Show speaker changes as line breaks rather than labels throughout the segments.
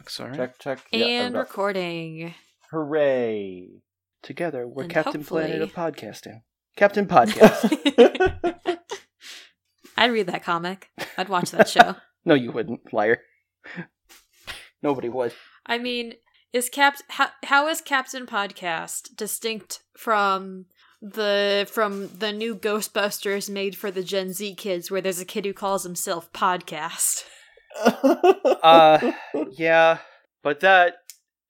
It's all right.
Check, check. Yeah,
and
I'm up.
recording.
Hooray.
Together, we're
And
Captain Planet of
hopefully-
podcasting. Captain Podcast.
I'd read that comic. I'd watch that show.
no, you wouldn't, liar. Nobody would.
I mean, is Cap how, how is Captain Podcast distinct from the from the new Ghostbusters made for the Gen Z kids where there's a kid who calls himself Podcast?
Uh, yeah, but that,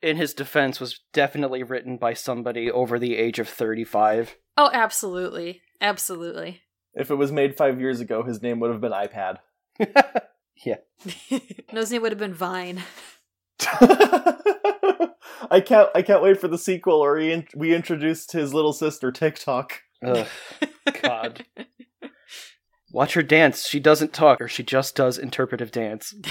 in his defense, was definitely written by somebody over the age of 35.
Oh, absolutely. Absolutely.
if it was made five years ago, his name would have been iPad.
No's name would have been Vine.
I can't. I can't wait for the sequel. Or he in- we introduced his little sister TikTok.
Ugh. God. Watch her dance. She doesn't talk, or she just does interpretive dance.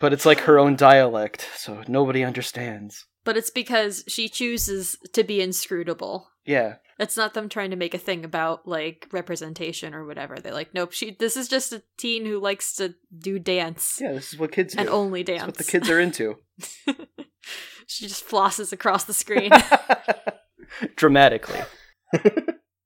But it's like her own dialect, so nobody understands.
but it's because she chooses to be inscrutable.
Yeah.
It's not them trying to make a thing about like representation or whatever. They're like, nope, she this is just a teen who likes to do dance
Yeah, this is what kids do.
and only
That's
dance.
what the kids are into.
she just flosses across the screen.
Dramatically.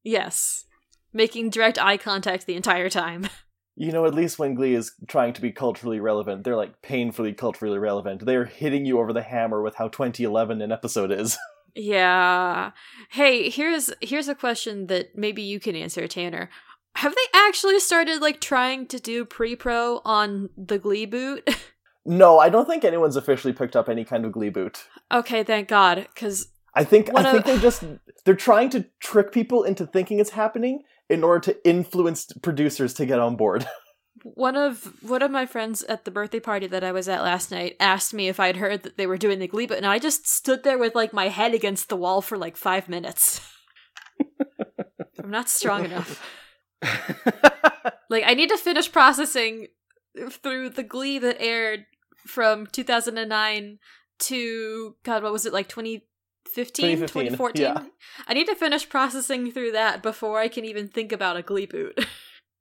yes. Making direct eye contact the entire time.
You know, at least when Glee is trying to be culturally relevant, they're like painfully culturally relevant. They're hitting you over the hammer with how 2011 an episode is.
Yeah. Hey, here's here's a question that maybe you can answer, Tanner. Have they actually started like trying to do pre-pro on the Glee boot?
No, I don't think anyone's officially picked up any kind of Glee boot.
okay, thank God, cuz
I think
What
I
a-
think they're just they're trying to trick people into thinking it's happening in order to influence producers to get on board.
one of one of my friends at the birthday party that I was at last night asked me if I'd heard that they were doing the Glee boot, and I just stood there with like my head against the wall for like five minutes. I'm not strong enough. Like I need to finish processing through the Glee that aired from 2009 to God, what was it like 2015,
2015,
2014?
yeah.
I need to finish processing through that before I can even think about a Glee boot.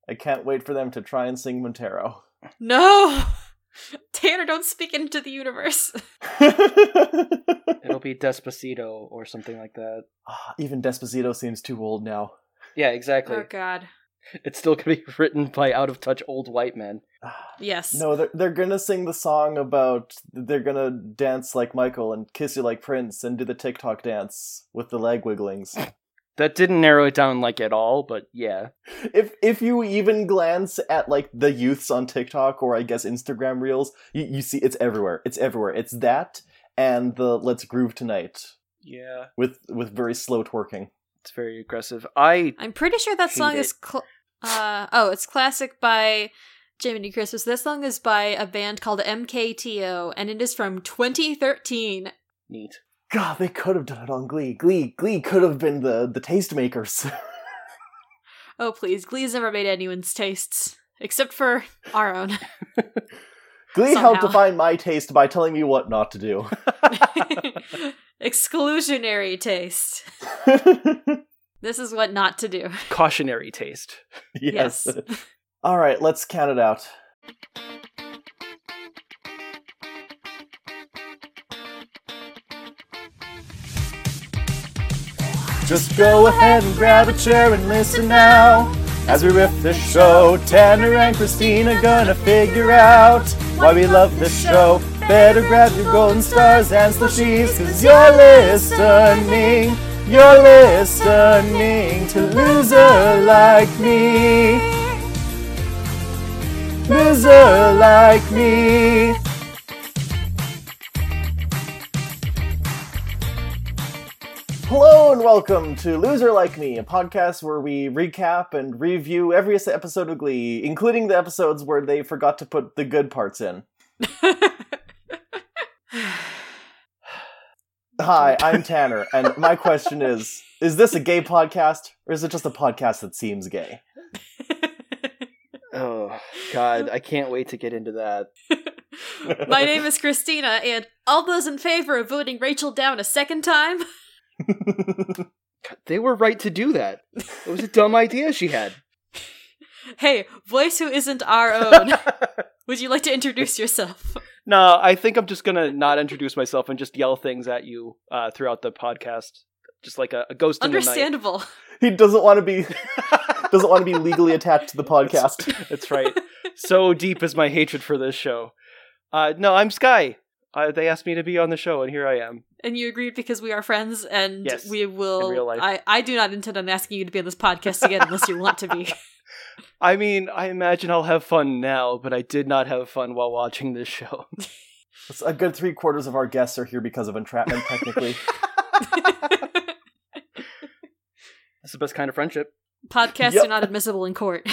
I can't wait for them to try and sing Montero.
No! Tanner, don't speak into the universe.
It'll be Despacito or something like that.
Ah, Even Despacito seems too old now.
Yeah, exactly.
Oh, God.
It's still gonna be written by out of touch old white men.
Ah,
Yes.
No, they're, they're gonna sing the song about they're gonna dance like Michael and kiss you like Prince and do the TikTok dance with the leg wigglings.
That didn't narrow it down like at all, but yeah.
if if you even glance at like the youths on TikTok or I guess Instagram reels, you, you see it's everywhere. It's everywhere. It's that and the Let's Groove Tonight
Yeah.
with with very slow twerking.
It's very aggressive. I
I'm pretty sure that
Hate
song
it.
is. Cl- uh, oh, it's classic by Jiminy Christmas. That song is by a band called MKTO, and it is from 2013.
neat.
God, they could have done it on Glee. Glee, Glee could have been the the tastemakers.
Oh, please. Glee's never made anyone's tastes, except for our own.
Glee helped
Somehow.
define my taste by telling me what not to do.
Exclusionary taste. This is what not to do.
Cautionary taste.
Yes.
All right, let's count it out. Just go ahead and grab a chair and listen now. As we riff the show, Tanner and Christina gonna figure out why we love this show. Better grab your golden stars and slushies, cause you're listening, you're listening to Loser Like Me. Loser Like Me. Hello and welcome to Loser Like Me, a podcast where we recap and review every s- episode of Glee, including the episodes where they forgot to put the good parts in. Hi, I'm Tanner, and my question is Is this a gay podcast, or is it just a podcast that seems gay?
Oh God, I can't wait to get into that.
My name is Christina, and all those in favor of voting Rachel down a second time?
God, they were right to do that. It was a dumb idea she had.
Hey, voice who isn't our own. Would you like to introduce yourself?
No, I think I'm just gonna not introduce myself and just yell things at you uh, throughout the podcast, just like a, a ghost in the night.
Understandable.
He doesn't want to be doesn't want to be legally attached to the podcast.
That's right. So deep is my hatred for this show. Uh, no, I'm Sky. Uh, they asked me to be on the show, and here I am.
And you agreed because we are friends and
Yes,
we will.
in real life.
I, I do not intend on asking you to be on this podcast again unless you want to be.
I mean, I imagine I'll have fun now, but I did not have fun while watching this show.
It's a good three quarters of our guests are here because of entrapment. Technically,
That's the best kind of friendship.
Podcasts
Yep.
are not admissible in court.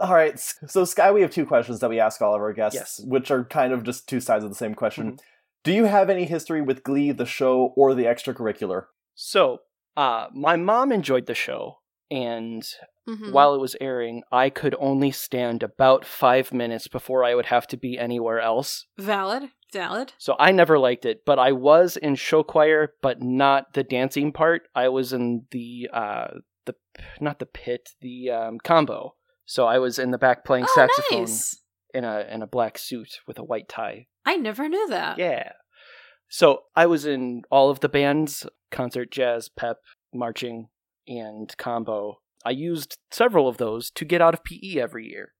all right. s- So Sky, we have two questions that we ask all of our guests,
Yes. Mm-hmm.
which are kind of just two sides of the same question. Do you have any history with Glee, the show, or the extracurricular?
So, uh, my mom enjoyed the show, and
Mhm.
while it was airing, I could only stand about five minutes before I would have to be anywhere else.
valid, valid.
So I never liked it, but I was in show choir, but not the dancing part. I was in the uh the not the pit, the um combo. So I was in the back playing
oh,
saxophone
nice.
in a in a black suit with a white tie.
I never knew that.
Yeah. So I was in all of the bands, concert, jazz, pep, marching, and combo. I used several of those to get out of PE every year.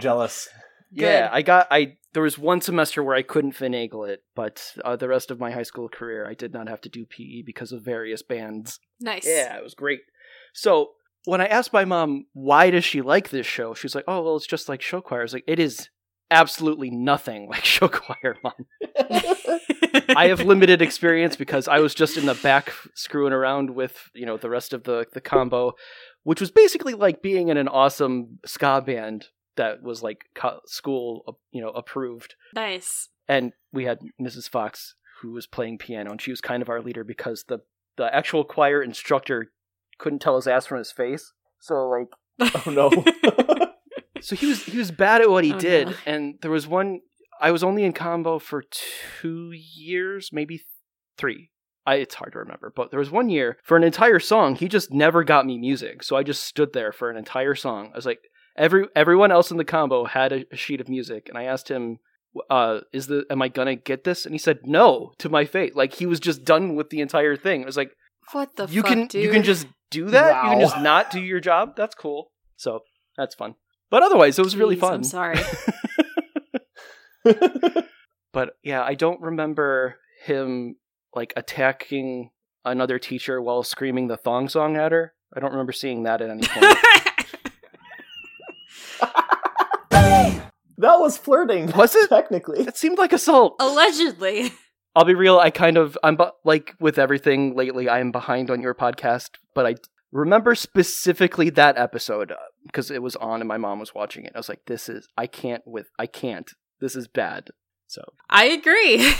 Jealous.
Yeah,
Good.
I got I there was one semester where I couldn't finagle it, but uh, the rest of my high school career I did not have to do PE because of various bands.
nice.
Yeah, it was great. So when I asked my mom why does she like this show, she's like, "Oh, well, it's just like show choir." I was like, "It is absolutely nothing like show choir, mom. I have limited experience because I was just in the back screwing around with you know the rest of the the combo, which was basically like being in an awesome ska band that was like co- school uh, you know approved
Nice.
and we had Mrs. Fox who was playing piano, and she was kind of our leader because the the actual choir instructor couldn't tell his ass from his face. So like,
Oh no.
so he was he was bad at what he
Oh,
did,
no.
and there was one I was only in combo for two years, maybe three. I, it's hard to remember, but there was one year for an entire song he just never got me music, so I just stood there for an entire song. I was like, every everyone else in the combo had a, a sheet of music, and I asked him uh is the am i gonna get this and he said no to my face like he was just done with the entire thing i was like
what the
you
fuck,
can
dude?
you can just do that you can
Wow.
just not do your job that's cool so that's fun but otherwise it was really
Jeez,
fun
I'm sorry.
but yeah i don't remember him like attacking another teacher while screaming the thong song at her i don't remember seeing that at any point
That was flirting.
Was it?
Technically.
it seemed like assault
Allegedly.
I'll be real. I kind of I'm bu- like with everything lately. I am behind on your podcast, but I remember specifically that episode because it was on and my mom was watching it. I was like, "This is I can't with I can't. This is bad." So
I agree.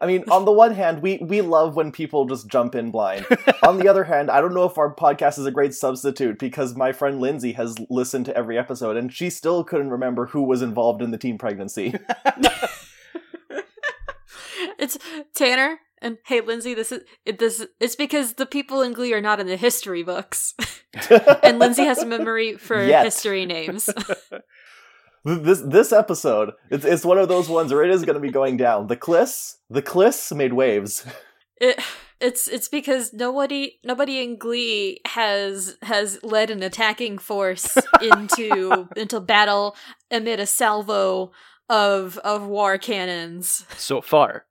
I mean, on the one hand, we, we love when people just jump in blind. on the other hand, I don't know if our podcast is a great substitute because my friend Lindsay has listened to every episode and she still couldn't remember who was involved in the teen pregnancy.
it's Tanner and hey Lindsay, this is it, this it's because the people in Glee are not in the history books. and Lindsay has a memory for
Yet.
history names.
this this episode, it's, it's one of those ones where it is going to be going down. The cliffs, the cliffs made waves.
It, it's it's because nobody nobody in Glee has has led an attacking force into into battle amid a salvo of of war cannons
so far,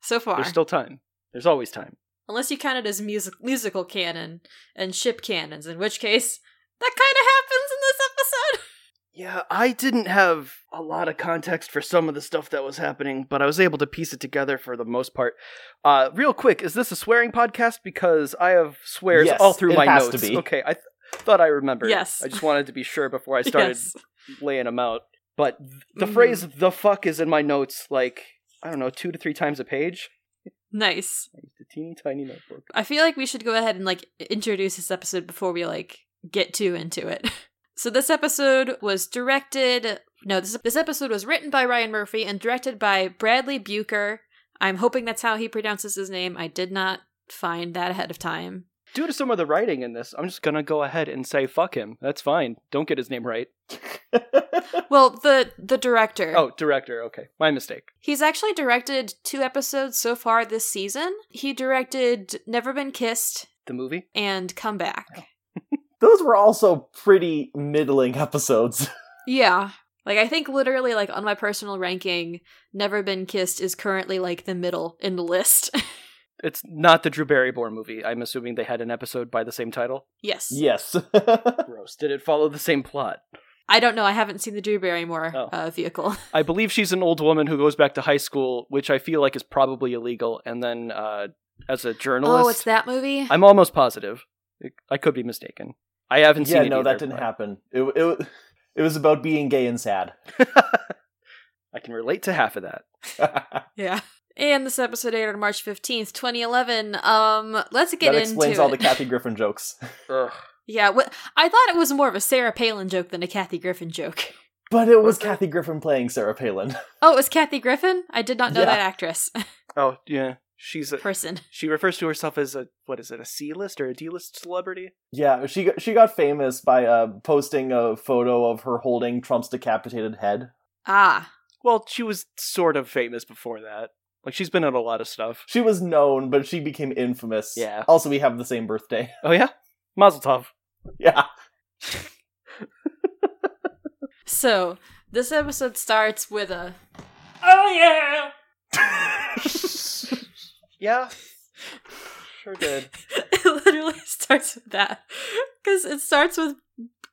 so far.
there's still time. There's always time.
Unless you count it as music musical cannon and ship cannons, in which case that kind of happens in this episode.
Yeah, I didn't have a lot of context for some of the stuff that was happening, but I was able to piece it together for the most part. Uh, real quick, is this a swearing podcast? Because I have swears
Yes,
all through
it
my
has to
notes.
be.
Okay, I th- thought I remembered.
Yes.
I just wanted to be sure before I started
Yes.
laying them out. But th- the
Mhm.
phrase "the fuck" is in my notes like I don't know, two to three times a page.
Nice.
I used a teeny tiny notebook.
I feel like we should go ahead and like introduce this episode before we like get too into it. So this episode was directed no, this this episode was written by Ryan Murphy and directed by Bradley Bucher. I'm hoping that's how he pronounces his name. I did not find that ahead of time.
due to some of the writing in this, I'm just gonna go ahead and say fuck him. That's fine. Don't get his name right.
Well, the the director.
Oh, director. Okay, my mistake.
He's actually directed two episodes so far this season. He directed Never Been Kissed
The movie.
and Come Back.
Those were also pretty middling episodes.
Yeah. Like I think literally like on my personal ranking, Never Been Kissed is currently like the middle in the list.
It's not the Drew Barrymore movie. I'm assuming they had an episode by the same title.
yes.
yes.
Gross. Did it follow the same plot?
I don't know. I haven't seen the Drew Barrymore
Oh.
uh, vehicle.
I believe she's an old woman who goes back to high school, which I feel like is probably illegal. And then, uh, as a journalist,
Oh, it's that movie.
I'm almost positive. I could be mistaken. I haven't
yeah,
seen. it
no, that
either,
didn't
but-
happen. It, it, it was about being gay and sad.
I can relate to half of that.
yeah. And this episode aired on March fifteenth, twenty eleven. Um, let's get
that
into
explains all the
it.
Kathy Griffin jokes.
Ugh.
yeah, wh- I thought it was more of a Sarah Palin joke than a Kathy Griffin joke.
But it was
Okay.
Kathy Griffin playing Sarah Palin.
Oh, it was Kathy Griffin. I did not know
Yeah.
that actress
Oh yeah, she's a.
person.
She refers to herself as a what is it? A C list or a D list celebrity?
Yeah, she got, she got famous by uh, posting a photo of her holding Trump's decapitated head.
Ah,
Well, she was sort of famous before that. Like she's been in a lot of stuff.
She was known, but she became infamous.
Yeah.
Also, we have the same birthday.
Oh yeah, Mazel Tov.
yeah.
so this episode starts with a. Oh yeah.
Yeah, sure did.
it literally starts with that because it starts with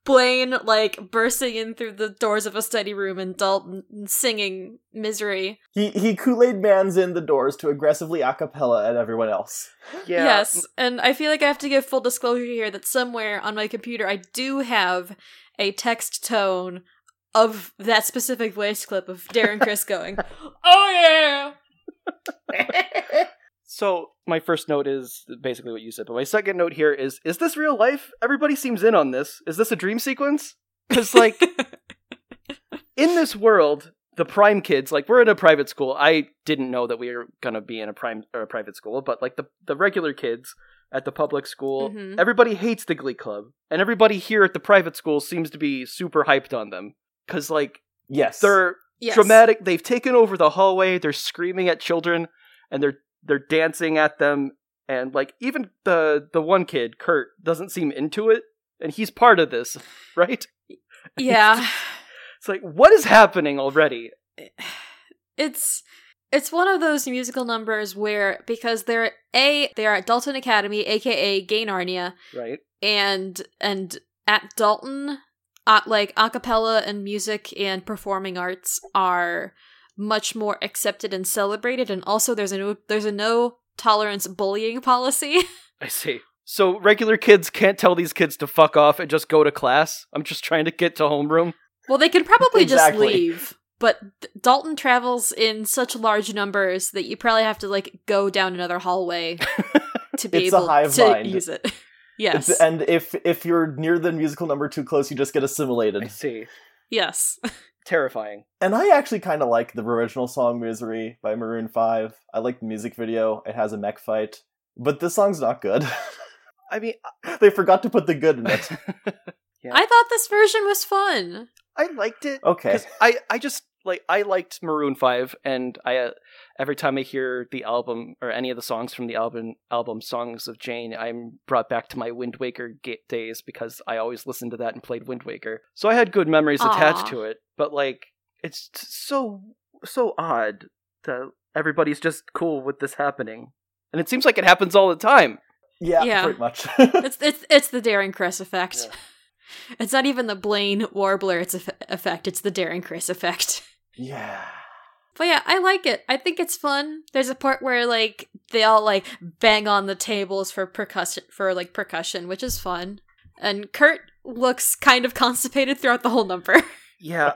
blaine like bursting in through the doors of a study room and dalton singing misery
He he Kool Aid mans in the doors to aggressively a cappella at everyone else.
Yeah.
yes and i feel like i have to give full disclosure here that somewhere on my computer i do have a text tone of that specific voice clip of darren chris going oh yeah
So my first note is basically what you said, but my second note here is: Is this real life? Everybody seems in on this. Is this a dream sequence? Because like in this world, the prime kids, like we're in a private school. I didn't know that we were gonna be in a prime or a private school, but like the the regular kids at the public school,
Mhm.
everybody hates the Glee Club, and everybody here at the private school seems to be super hyped on them because like
Yes.
they're
yes
dramatic. They've taken over the hallway. They're screaming at children, and they're they're dancing at them. And like even the the one kid, Kurt, doesn't seem into it, and he's part of this, right?
yeah
It's like what is happening already?
it's it's one of those musical numbers where because they're a they are at Dalton Academy, aka Gay Narnia,
Right?
and and at Dalton, uh, like a cappella and music and performing arts are much more accepted and celebrated, and also there's a no, there's a no tolerance bullying policy.
I see. So regular kids can't tell these kids to fuck off and just go to class. I'm just trying to get to homeroom.
Well, they could probably
Exactly.
just leave, but th- Dalton travels in such large numbers that you probably have to like go down another hallway to be
It's a
able
hive
to
mind.
use it.
It's-
yes,
and if if you're near the musical number too close, you just get
I
assimilated.
see.
yes.
Terrifying.
And I actually kind of like the original song "Misery" by Maroon Five. I like the music video. It has a mech fight, but this song's not good.
I mean,
they forgot to put the good in it.
Yeah.
I thought this version was fun.
I liked it.
Okay.
Because I, I just like I liked Maroon Five, and I uh, every time I hear the album or any of the songs from the album album Songs of Jane, I'm brought back to my Wind Waker ga- days because I always listened to that and played Wind Waker. So I had good memories attached
Aw.
to it. But like, it's t- so so odd that everybody's just cool with this happening, and it seems like it happens all the time.
Yeah,
Yeah.
pretty much.
It's it's it's the Daring Chris effect. It's not even the Blaine Warbler it's eff- effect. It's the Daring Chris effect.
yeah.
But yeah, I like it. I think it's fun. There's a part where like they all like bang on the tables for percussion for like percussion, which is fun. And Kurt looks kind of constipated throughout the whole number.
Yeah,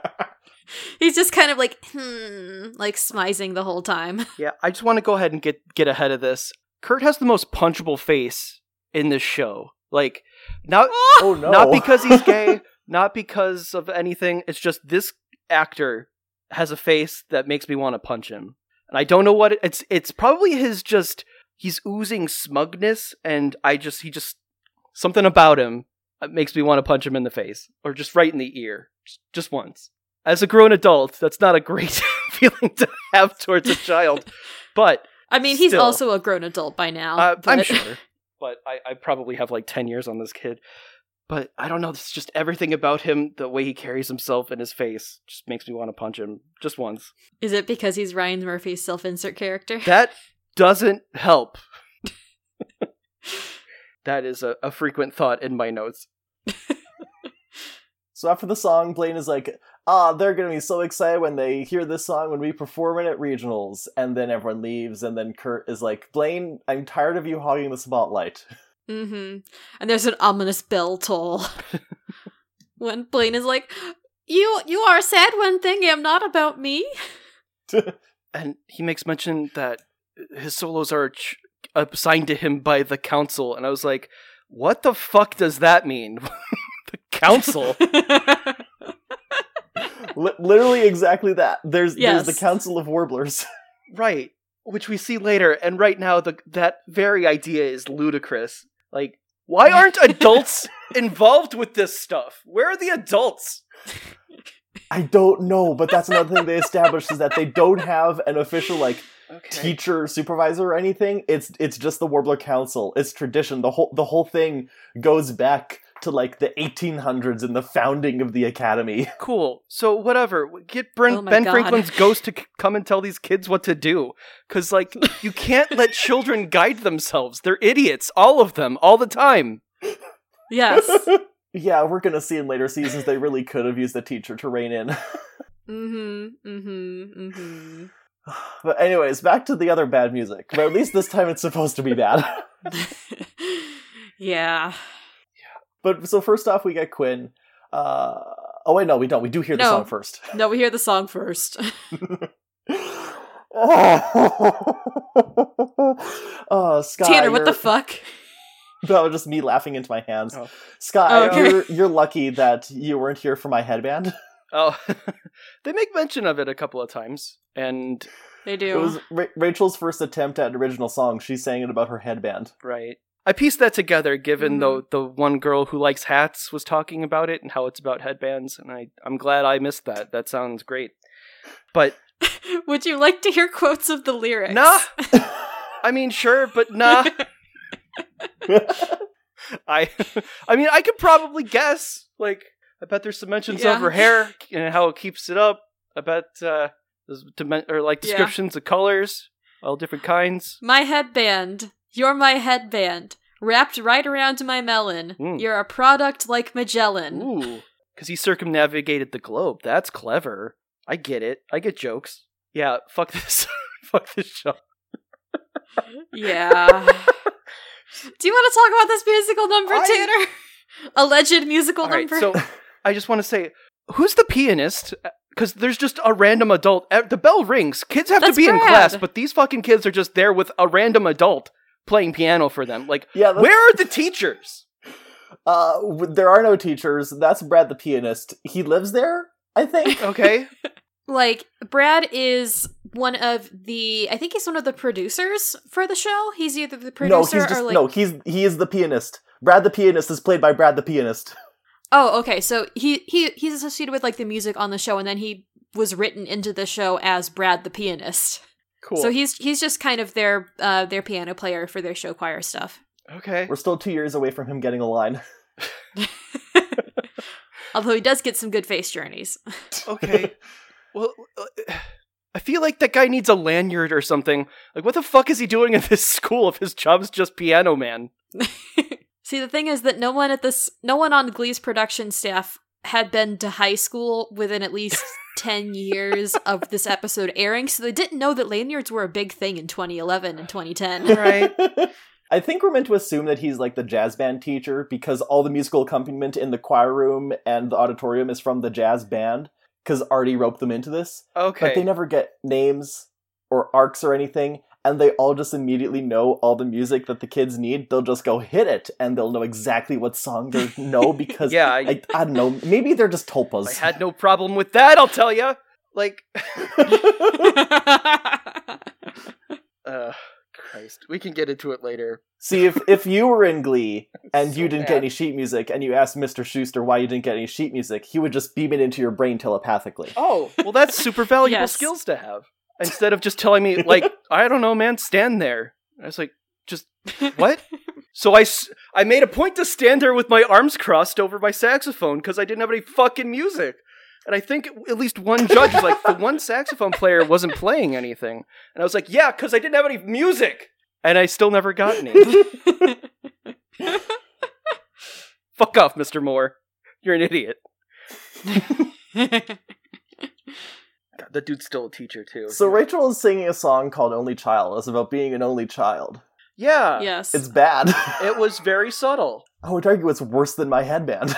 He's just kind of like hmm, like smizing the whole time.
Yeah, I just want to go ahead and get get ahead of this. Kurt has the most punchable face in this show. Like not
Oh no.
not because he's gay, not because of anything. It's just this actor has a face that makes me want to punch him. And I don't know what it, it's it's probably his just he's oozing smugness, and I just he just something about him uh, makes me want to punch him in the face or just right in the ear, just, just once. As a grown adult, that's not a great feeling to have towards a child, but
I mean, he's
Still.
also a grown adult by now.
uh, I'm
but-
sure, but I, I probably have like ten years on this kid. But I don't know. It's just everything about him, the way he carries himself and his face, just makes me want to punch him just once.
Is it because he's Ryan Murphy's self-insert character?
That doesn't help. that is a, a frequent thought in my notes.
So after the song, Blaine is like, ah, they're going to be so excited when they hear this song when we perform it at regionals. And then everyone leaves, and then Kurt is like, Blaine, I'm tired of you hogging the spotlight.
Mm-hmm. And there's an ominous bell toll. when Blaine is like, "You, you are sad one thing. am not about me."
And he makes mention that his solos are ch- assigned to him by the council. And I was like, what the fuck does that mean? the council?
Li- literally exactly that. There's,
Yes.
there's the Council of Warblers.
right. Which we see later. And right now, the, that very idea is ludicrous. Like, why aren't adults involved with this stuff? Where are the adults?
I don't know, but that's another thing they established is that they don't have an official, like,
Okay.
teacher supervisor or anything it's it's just the warbler council it's tradition the whole the whole thing goes back to like the 1800s and the founding of the academy
cool. So whatever. Get Bren-
Oh my
Ben
God.
Franklin's ghost to c- come and tell these kids what to do, because like you can't let children guide themselves. They're idiots, all of them, all the time.
yes.
yeah we're gonna see in later seasons they really could have used the teacher to rein in
Mm-hmm. Mm-hmm. Mm-hmm.
but anyways back to the other bad music but at least this time it's supposed to be bad
yeah.
but so first off we get quinn uh oh wait no we don't we do hear the
No.
song first
No, we hear the song first.
oh, Scott,
Tanner, what the
you're-
fuck?
That was just me laughing into my hands.
Oh.
Scott,
Okay.
you're, you're lucky that you weren't here for my headband.
Oh, they make mention of it a couple of times, and
They
It
do.
was Ra- Rachel's first attempt at an original song. She sang it about her headband.
right. I pieced that together, given
Mhm.
the the one girl who likes hats was talking about it and how it's about headbands, and I I'm glad I missed that. That sounds great. But
Would you like to hear quotes of the lyrics?
nah, I mean sure, but nah. I I mean I could probably guess. Like I bet there's some mentions
Yeah.
of her hair and how it keeps it up. I bet uh there's dimen- or like
Yeah.
descriptions of colors, all different kinds.
My headband. You're my headband. Wrapped right around my melon.
Mm.
You're a product like Magellan.
Ooh. Cuz he circumnavigated the globe. That's clever. I get it. I get jokes. Yeah, fuck this. fuck this show.
Yeah. Do you want to talk about this musical number,
I-
Tanner? Alleged musical
All right.
number.
So I just want to say who's the pianist? Cuz there's just a random adult. Eh, The bell rings. Kids have
That's
to be in
Brad.
class, but these fucking kids are just there with a random adult playing piano for them. Like
Yeah, that's,
Where are the teachers?
uh, w- there are no teachers. That's Brad the pianist. He lives there, I think.
Okay.
like Brad is one of the I think he's one of the producers for the show. He's either the producer
no, he's just
or like
no. He's he is the pianist. Brad the pianist is played by Brad the pianist.
Oh, okay. So he he he's associated with like the music on the show and then he was written into the show as Brad the pianist.
Cool.
So he's he's just kind of their uh their piano player for their show choir stuff.
okay.
We're still two years away from him getting a line.
Although he does get some good face journeys.
Okay. Well, uh, I feel like that guy needs a lanyard or something. Like, what the fuck is he doing at this school if his job's just piano man?
See, the thing is that no one at this, no one on Glee's production staff had been to high school within at least 10 years of this episode airing, so they didn't know that lanyards were a big thing in 2011 and 2010.
Right.
I think we're meant to assume that he's like the jazz band teacher because all the musical accompaniment in the choir room and the auditorium is from the jazz band because Artie roped them into this. But
Okay.
they never get names or arcs or anything, and they all just immediately know all the music that the kids need. They'll just go hit it, and they'll know exactly what song they know because
yeah, I,
I, I don't know. Maybe they're just
I
tulpas.
had no problem with that. I'll tell you. Like,
I
uh, Christ. We can get into it later.
See if if you were in Glee and
So
you didn't
bad.
get any sheet music, and you asked Mr. Schuster why you didn't get any sheet music, he would just beam it into your brain telepathically.
Oh, well, that's super valuable
Yes.
skills to have. Instead of just telling me, like, I don't know, man, stand there. I was like, just what? so I, s- I made a point to stand there with my arms crossed over my saxophone because I didn't have any fucking music. And I think at least one judge was like, the one saxophone player wasn't playing anything. And I was like, yeah, because I didn't have any music. And I still never got any. Fuck off, Mr. Moore. You're an idiot. God, that dude's still a teacher, too.
So Rachel is singing a song called "Only Child." It's about being an only child.
yeah.
yes.
It's bad.
It was very subtle.
I would argue it's worse than my headband.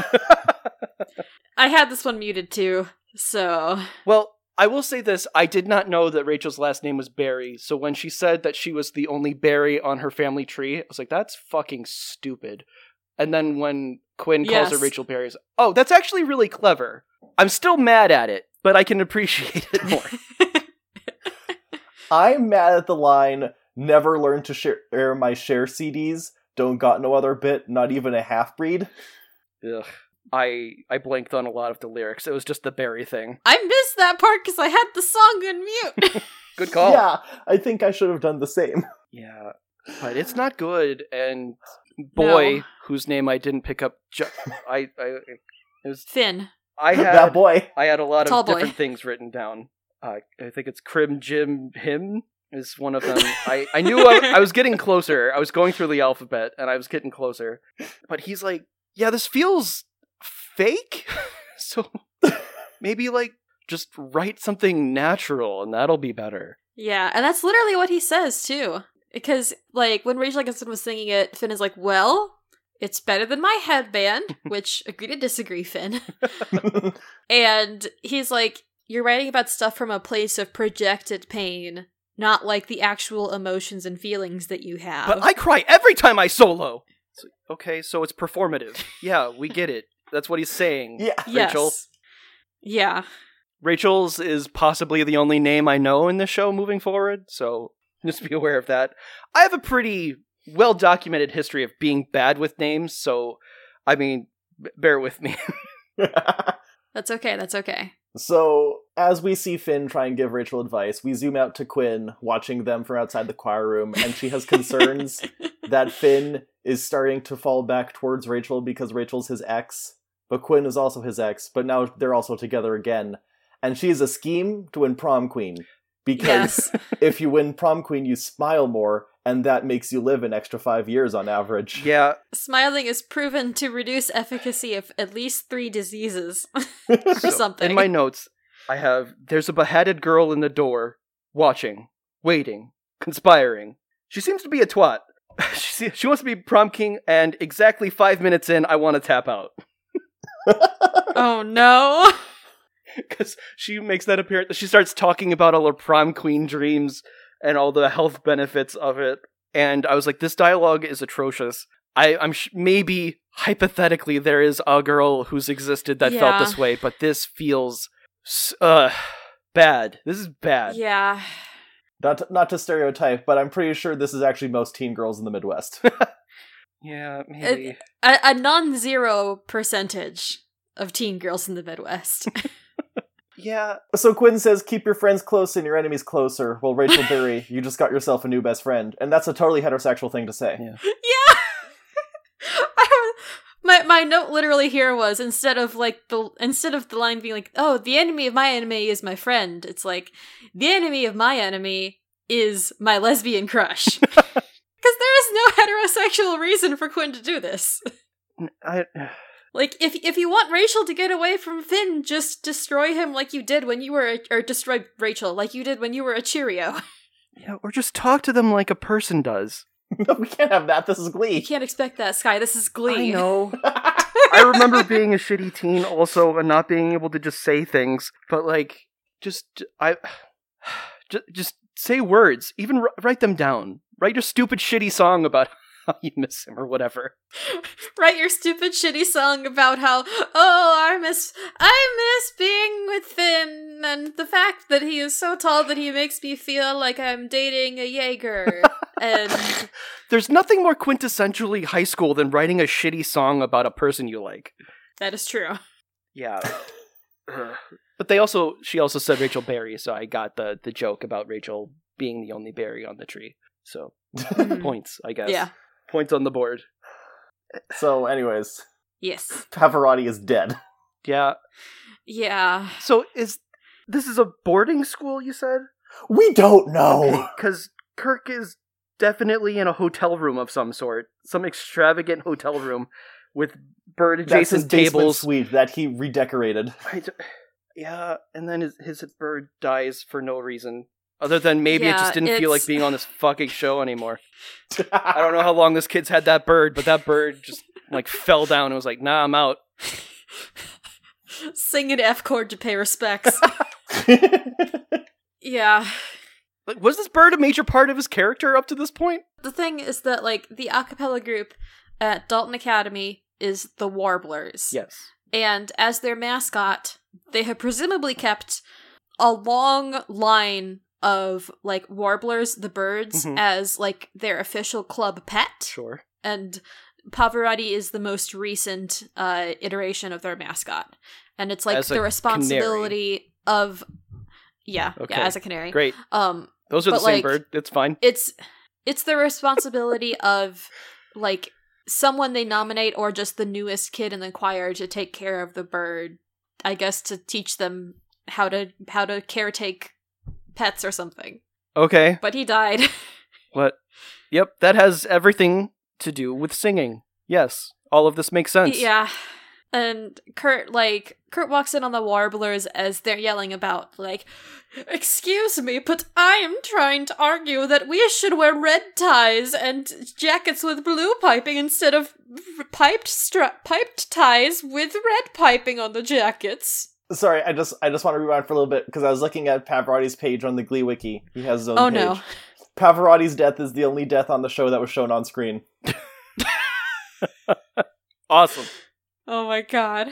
I had this one muted too, so
Well, I will say this: I did not know that Rachel's last name was Barry. So when she said that she was the only Barry on her family tree, I was like, "That's fucking stupid." And then when Quinn calls her
Yes.
Rachel Barry, I was, oh, that's actually really clever. I'm still mad at it, but I can appreciate it more.
I'm mad at the line "Never learn to share air my share CDs." Don't got no other bit. Not even a half breed.
Ugh. I I blanked on a lot of the lyrics. It was just the Barry thing.
I missed that part because I had the song on mute.
Good call.
Yeah, I think I should have done the same.
Yeah. But it's not good. And boy,
No.
whose name I didn't pick up. Ju- I I it was
Finn.
I had
that boy.
I had a lot
Tall
of
boy.
different things written down. Uh, I think it's Crim Jim Him is one of them. I, I knew I, I was getting closer. I was going through the alphabet and I was getting closer. But he's like, yeah, this feels fake. so maybe like just write something natural and that'll be better.
Yeah, and that's literally what he says too. Because like when Rachel Atkinson was singing it, Finn is like, "Well, it's better than my headband," which agree to disagree, Finn. And he's like, You're writing about stuff from a place of projected pain, not like the actual emotions and feelings that you have.
But I cry every time I solo. It's like, okay, so it's performative. Yeah, we get it. That's what he's saying.
yeah.
yes.
Rachel.
Yeah.
Rachel's is possibly the only name I know in the show moving forward, so just be aware of that. I have a pretty well documented history of being bad with names, so I mean, b- bear with me.
That's okay. That's okay.
so as we see Finn try and give Rachel advice, we zoom out to Quinn watching them from outside the choir room, and she has concerns that Finn is starting to fall back towards Rachel because Rachel's his ex, but Quinn is also his ex, but now they're also together again. And she is a scheme to win prom queen. Because
Yes.
if you win prom queen, you smile more, and that makes you live an extra five years on average.
yeah,
Smiling is proven to reduce efficacy of at least three diseases or
so
something.
in my notes, I have there's a beheaded girl in the door, watching, waiting, conspiring. She seems to be a twat. she, se- she wants to be prom king, and exactly five minutes in, I want to tap out.
oh no.
because she makes that appearance. She starts talking about all her prom queen dreams and all the health benefits of it. And I was like, this dialogue is atrocious. I, I'm sh- maybe hypothetically there is a girl who's existed that felt
Yeah.
this way, but this feels s- uh, bad. This is bad.
Yeah.
Not to, not to stereotype, but I'm pretty sure this is actually most teen girls in the Midwest.
Yeah, maybe.
A, a non zero percentage of teen girls in the Midwest.
yeah,
so Quinn says, "Keep your friends close and your enemies closer." Well, Rachel Berry, you just got yourself a new best friend, and that's a totally heterosexual thing to say.
Yeah.
Yeah. I was- my my note literally here was instead of like the instead of the line being like, "Oh, the enemy of my enemy is my friend." It's like, "The enemy of my enemy is my lesbian crush." Cuz there is no heterosexual reason for Quinn to do this.
I,
Like if if you want Rachel to get away from Finn, just destroy him like you did when you were a, or destroy Rachel like you did when you were a Cheerio.
yeah, or just talk to them like a person does.
No, we can't have that. This is
You
Glee.
can't expect that, Sky. This is
I
glee.
know. I remember being a shitty teen also and not being able to just say things, but like just I just, just say words, even wr- write them down. Write your stupid shitty song about how you miss him or whatever.
write your stupid shitty song about how oh I miss I miss being with Finn and the fact that he is so tall that he makes me feel like I'm dating a Jaeger and
There's nothing more quintessentially high school than writing a shitty song about a person you like.
that is true.
Yeah. but they also she also said Rachel Berry, so I got the the joke about Rachel being the only berry on the tree. So points, I guess.
Yeah.
Points on the board.
So, anyways,
Yes.
Pavarotti is dead.
Yeah.
Yeah.
So is this is a boarding school you said?
We don't know.
Cuz Kirk is definitely in a hotel room of some sort, some extravagant hotel room with bird
That's his
adjacent
basement
tables.
suite that he redecorated.
I d- yeah, and then his, his bird dies for no reason other than maybe it
Yeah,
just didn't feel like
it's-
being on this fucking show anymore. I don't know how long this kid's had that bird, but that bird just like fell down and was like, "Nah, I'm out."
Sing an F chord to pay respects. yeah.
Like, was this bird a major part of his character up to this point?
The thing is that like the a cappella group at Dalton Academy is the Warblers.
Yes.
And as their mascot, they have presumably kept a long line of like warblers, the birds,
Mhm.
as like their official club pet.
Sure.
And Pavarotti is the most recent uh, iteration of their mascot. And it's like
As a
the responsibility of yeah,
Okay.
yeah, as a canary.
Great.
Um
Those are the
But,
same
like-
bird. It's fine.
it's it's the responsibility of like someone they nominate or just the newest kid in the choir to take care of the bird i guess to teach them how to how to caretake pets or something
Okay.
but he died
What? Yep. That has everything to do with singing. Yes. All of this makes sense.
yeah and kurt like kurt walks in on the warblers as they're yelling about like excuse me but i am trying to argue that we should wear red ties and jackets with blue piping instead of piped stra- piped ties with red piping on the jackets
Sorry, I just I just want to rewind for a little bit because I was looking at Pavarotti's page on the Glee wiki. He has his own
oh
page.
no
Pavarotti's death is the only death on the show that was shown on screen.
Awesome.
oh my god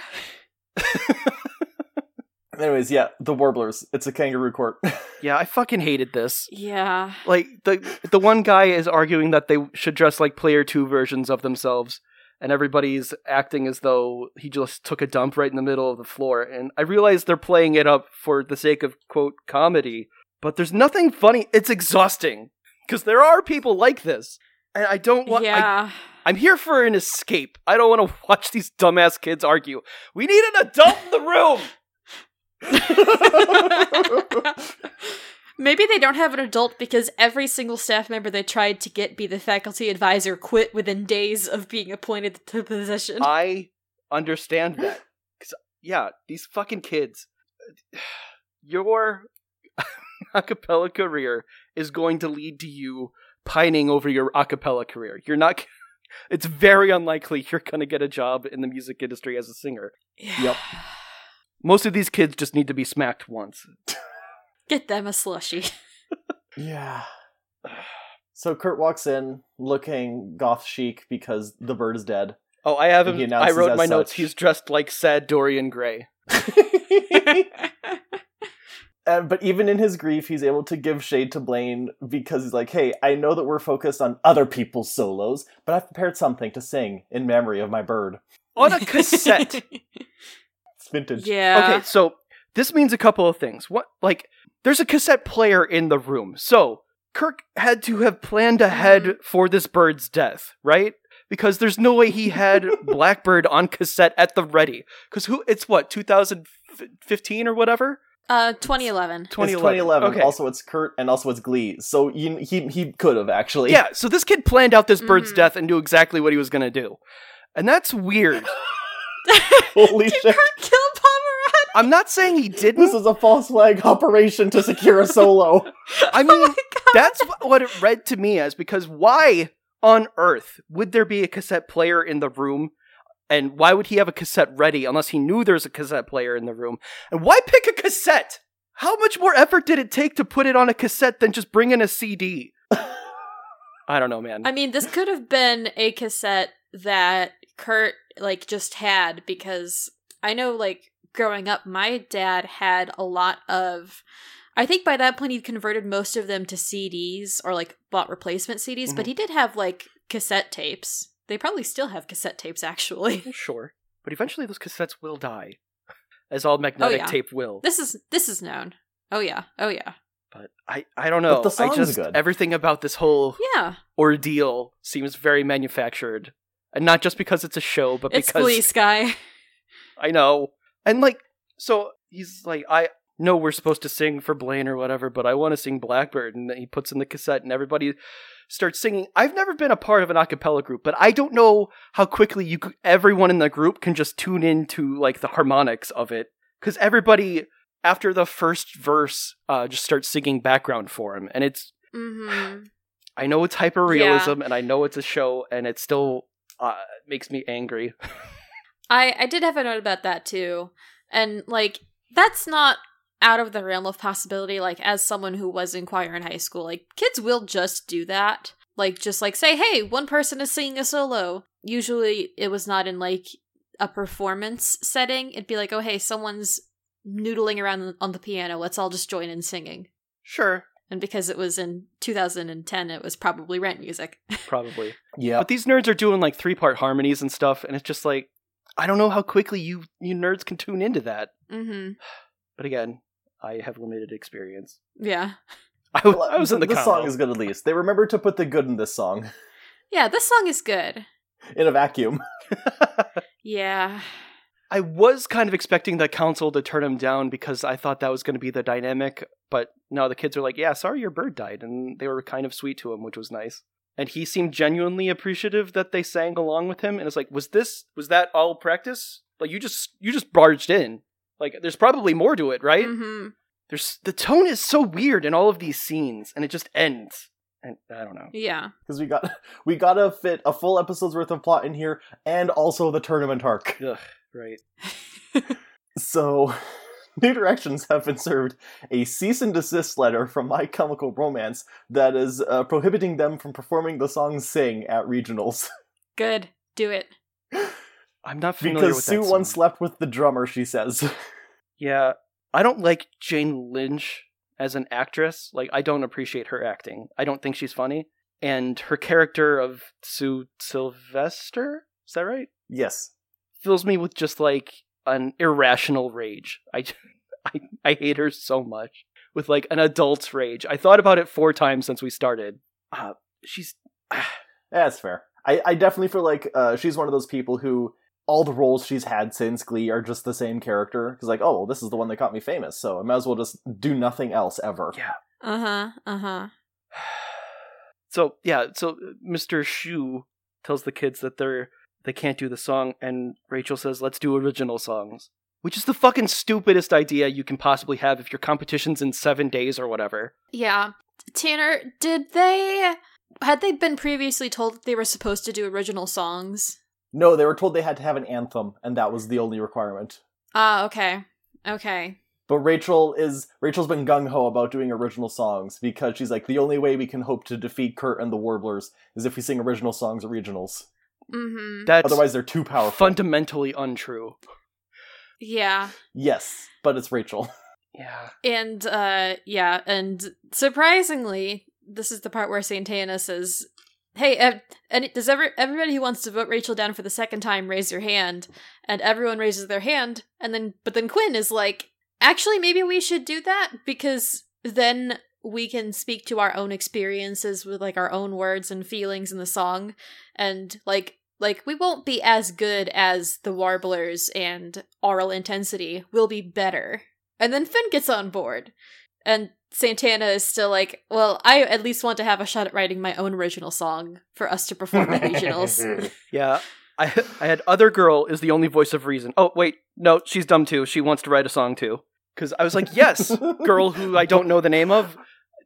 Anyways, yeah, the Warblers. It's a kangaroo court.
Yeah, I fucking hated this.
yeah
like the the one guy is arguing that they should dress like player two versions of themselves and everybody's acting as though he just took a dump right in the middle of the floor and i realize they're playing it up for the sake of quote comedy but there's nothing funny it's exhausting because there are people like this and i don't want I,
yeah
i'm here for an escape i don't want to watch these dumbass kids argue we need an adult in the room
Maybe they don't have an adult because every single staff member they tried to get be the faculty advisor quit within days of being appointed to the position.
I understand that. 'Cause, yeah, these fucking kids. Your a cappella career is going to lead to you pining over your a cappella career. You're not. It's very unlikely you're going to get a job in the music industry as a singer.
Yep.
Most of these kids just need to be smacked once.
Get them a slushie.
yeah. So Kurt walks in looking goth chic because the bird is dead.
Oh, I have
And he
him. I
announces
wrote
as
my notes.
such.
He's dressed like sad Dorian Gray.
Uh, but even in his grief, he's able to give shade to Blaine because he's like, hey, I know that we're focused on other people's solos, but I've prepared something to sing in memory of my bird.
On a cassette.
It's vintage.
yeah.
Okay, so this means a couple of things. What like there's a cassette player in the room. So Kirk had to have planned ahead for this bird's death, right? Because there's no way he had Blackbird on cassette at the ready. Cuz who it's what 2015 or whatever?
Uh 2011.
It's
2011.
2011.
Okay.
Also, it's Kurt, and also it's Glee. So you, he he could have actually.
yeah, so this kid planned out this bird's
Mhm.
death and knew exactly what he was going to do. And that's weird.
Holy
Did
shit!
Kurt kill Pomerantz?
I'm not saying he
This
didn't.
is a false flag operation to secure a solo.
I mean,
Oh my god.
That's wh- what it read to me as because why on earth would there be a cassette player in the room? And why would he have a cassette ready unless he knew there's a cassette player in the room? And why pick a cassette? How much more effort did it take to put it on a cassette than just bring in a CD? I don't know, man.
I mean, this could have been a cassette that Kurt like just had because I know like growing up my dad had a lot of I think by that point he'd converted most of them to CDs or like bought replacement CDs, but
Mhm.
he did have like cassette tapes. They probably still have cassette tapes actually.
Well, Sure. But eventually those cassettes will die. As all magnetic
Oh, yeah.
tape will.
This is this is known. Oh yeah. Oh yeah.
But I, I don't know.
But the song's
I just
good.
everything about this whole
Yeah.
ordeal seems very manufactured. And not just because it's a show, but
It's
because
Glee Sky.
I know. And like, so he's like, I know we're supposed to sing for Blaine or whatever, but I want to sing Blackbird. And then he puts in the cassette and everybody starts singing. I've never been a part of an a cappella group, but I don't know how quickly you could, everyone in the group can just tune into like the harmonics of it. Cause everybody after the first verse uh, just starts singing background for him. And it's,
Mm-hmm.
I know it's hyper realism and I know it's a show and it still uh, makes me angry.
I I did have a note about that too, and like that's not out of the realm of possibility. Like as someone who was in choir in high school, like kids will just do that. Like just like say, hey, one person is singing a solo. Usually, it was not in like a performance setting. It'd be like, oh hey, someone's noodling around on the piano. Let's all just join in singing.
Sure.
And because it was in 2010, it was probably rent music.
Probably.
Yeah.
But these nerds are doing like three part harmonies and stuff, and it's just like I don't know how quickly you you nerds can tune into that.
mm-hmm.
But again, I have limited experience.
Yeah.
I was, I was in the
this
combo.
song is good at least. They remember to put the good in this song
Yeah, this song is good.
in a vacuum.
Yeah.
I was kind of expecting the council to turn him down because I thought that was going to be the dynamic, but no, the kids are like, "Yeah, sorry, your bird died," and they were kind of sweet to him, which was nice. And he seemed genuinely appreciative that they sang along with him, and it's like, "Was this was that all practice? Like you just you just barged in. Like there's probably more to it, right?"
Mm-hmm.
there's the tone is so weird in all of these scenes and it just ends and i don't know
Yeah.
Because we got we gotta fit a full episode's worth of plot in here and also the tournament arc.
right
So New Directions have been served a cease and desist letter from My Chemical Romance that is uh, prohibiting them from performing the song Sing at regionals.
Good. Do it.
i'm not familiar
because
with
Sue
that
once
song.
slept with the drummer, she says.
yeah i don't like jane lynch as an actress like i don't appreciate her acting i don't think she's funny and her character of sue sylvester is that right
yes.
fills me with just like an irrational rage. I, j- I, I hate her so much with like an adult's rage. I thought about it four times since we started. Uh, she's
Yeah, That's fair. I, I definitely feel like uh, she's one of those people who all the roles she's had since Glee are just the same character. Because like, oh, well, this is the one that got me famous, so I might as well just do nothing else ever.
Yeah.
Uh huh. Uh huh.
so yeah. So Mr. Shu tells the kids that they're they can't do the song, and Rachel says, "Let's do original songs." Which is the fucking stupidest idea you can possibly have if your competition's in seven days or whatever.
Yeah. Tanner, did they. Had they been previously told that they were supposed to do original songs?
No, they were told they had to have an anthem, and that was the only requirement.
Ah, okay. Okay.
But Rachel is Rachel's been gung ho about doing original songs because she's like the only way we can hope to defeat Kurt and the Warblers is if we sing original songs originals.
Mm hmm.
That's
Otherwise, they're too powerful.
fundamentally untrue.
Yeah.
Yes, but it's Rachel.
Yeah.
And, uh, yeah. And surprisingly, this is the part where Santana says, Hey, ev- and does every everybody who wants to vote Rachel down for the second time raise your hand? And everyone raises their hand, and then but then Quinn is like, actually, maybe we should do that because then we can speak to our own experiences with like our own words and feelings in the song, and like like we won't be as good as the warblers and aural intensity. We'll be better. And then Finn gets on board, and Santana is still like, well, I at least want to have a shot at writing my own original song for us to perform at regionals.
Yeah. I I had other girl is the only voice of reason. Oh wait, no, she's dumb too. She wants to write a song too. Cuz I was like, "Yes, girl who I don't know the name of,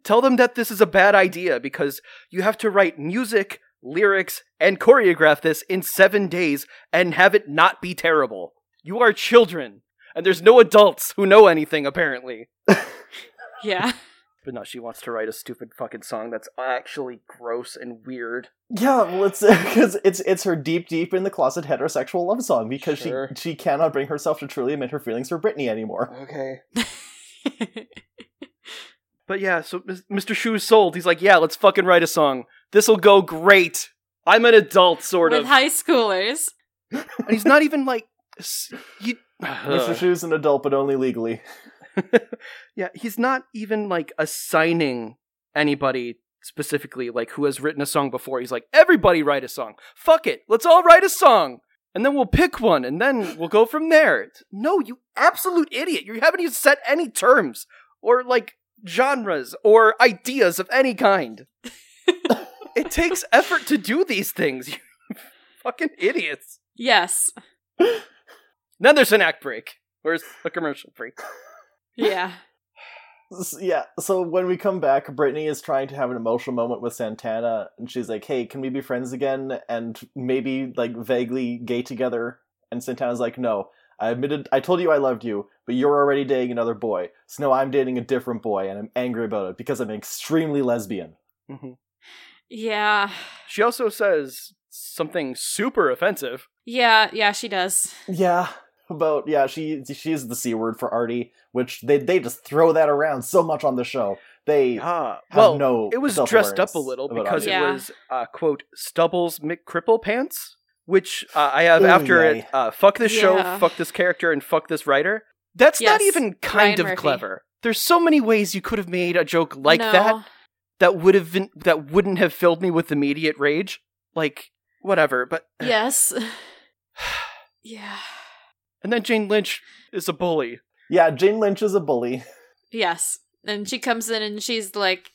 tell them that this is a bad idea because you have to write music, lyrics, and choreograph this in 7 days and have it not be terrible. You are children, and there's no adults who know anything apparently."
Yeah.
But no, she wants to write a stupid fucking song that's actually gross and weird.
Yeah, well, it's because it's it's her deep, deep in the closet heterosexual love song because
Sure.
she she cannot bring herself to truly admit her feelings for Britney anymore.
Okay. But yeah, so Mis- Mr. Shoe's sold. He's like, yeah, let's fucking write a song. This'll go great. I'm an adult, sort
with
of.
high schoolers.
and he's not even like, s- you.
Mr. Shoe's an adult, but only legally.
yeah, he's not even like assigning anybody specifically like who has written a song before. He's like, everybody write a song. Fuck it, let's all write a song, and then we'll pick one, and then we'll go from there. It's- No, you absolute idiot! You haven't even set any terms or like genres or ideas of any kind. it takes effort to do these things. You fucking idiots.
Yes.
Then there's an act break. Where's a commercial break?
Yeah.
S- Yeah, so when we come back, Brittany is trying to have an emotional moment with Santana, and she's like, hey, can we be friends again and maybe, like, vaguely gay together? And Santana's like, no, I admitted, I told you I loved you, but you're already dating another boy. So now I'm dating a different boy, and I'm angry about it because I'm extremely lesbian.
Mm-hmm.
Yeah.
She also says something super offensive.
Yeah. Yeah, she does.
Yeah, about, yeah, she she's the C word for Artie, which they, they just throw that around so much on the show. They have
Ah, well,
no.
it was dressed up a
self-awareness
little
about
because
Artie.
Yeah.
it was uh, quote Stubble's McCripple pants, which uh, I have
Ooh,
after
yay.
it. Uh, fuck this show,
Yeah.
fuck this character, and fuck this writer. That's not
Yes,
even kind
Ryan
of
Murphy.
clever. There's so many ways you could have made a joke like
No.
that that would have been, that wouldn't have filled me with immediate rage. Like whatever, but
Yes. yeah.
and then Jane Lynch is a bully.
Yeah, Jane Lynch is a bully.
Yes. And she comes in and she's like,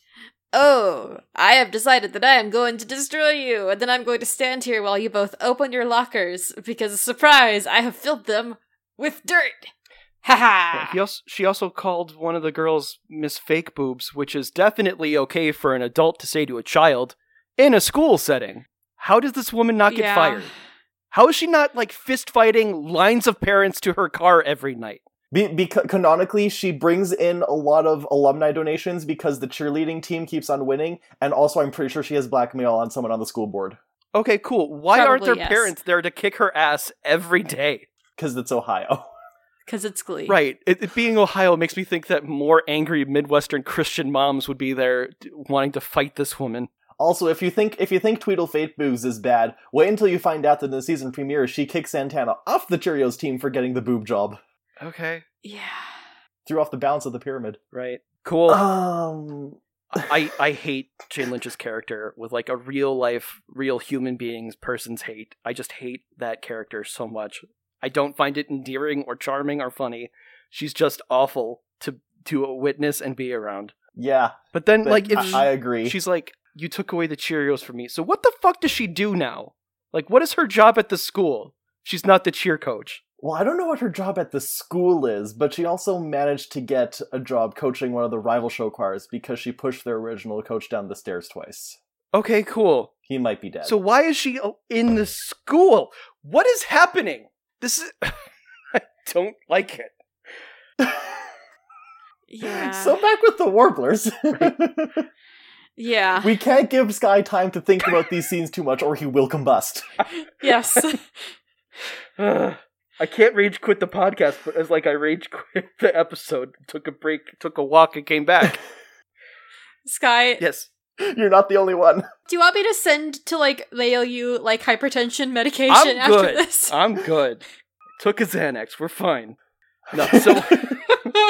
Oh, I have decided that I am going to destroy you, and then I'm going to stand here while you both open your lockers, because surprise, I have filled them with dirt. Ha
Yeah,
ha!
he also, she also called one of the girls Miss Fake Boobs, which is definitely okay for an adult to say to a child in a school setting. How does this woman not get
Yeah.
fired? How is she not like fist fighting lines of parents to her car every night?
Be- beca- canonically, she brings in a lot of alumni donations because the cheerleading team keeps on winning, and also I'm pretty sure she has blackmail on someone on the school board
Okay, cool. Why aren't
Probably
there
yes.
parents there to kick her ass every day?
because it's Ohio.
Because it's glee.
Right. It, it being Ohio makes me think that more angry Midwestern Christian moms would be there d- wanting to fight this woman.
also, if you think if you think Tweedle Fate Boobs is bad, wait until you find out that in the season premiere she kicks Santana off the Cheerios team for getting the boob job,
Okay.
Yeah.
threw off the balance of the pyramid.
Right. Cool.
Um,
I, I hate Jane Lynch's character with like a real life, real human beings person's hate. I just hate that character so much. I don't find it endearing or charming or funny. She's just awful to to witness and be around.
yeah,
But then
but
like if
I, I agree.
she's like, You took away the Cheerios from me, so what the fuck does she do now? Like what is her job at the school? She's not the cheer coach.
Well, I don't know what her job at the school is, but she also managed to get a job coaching one of the rival show choirs because she pushed their original coach down the stairs twice.
Okay, cool.
He might be dead.
So why is she oh, in the school? What is happening? This is I don't like it.
Yeah.
So back with the warblers.
yeah.
we can't give Sky time to think about these scenes too much or he will combust.
yes.
Ugh. I can't rage quit the podcast, but it's like I rage quit the episode, took a break, took a walk, and came back.
Sky,
yes.
You're not the only one.
do you want me to send to like mail you like hypertension medication
I'm
after
good. Uh,
this?
I'm good. Took a Xanax. We're fine. No, so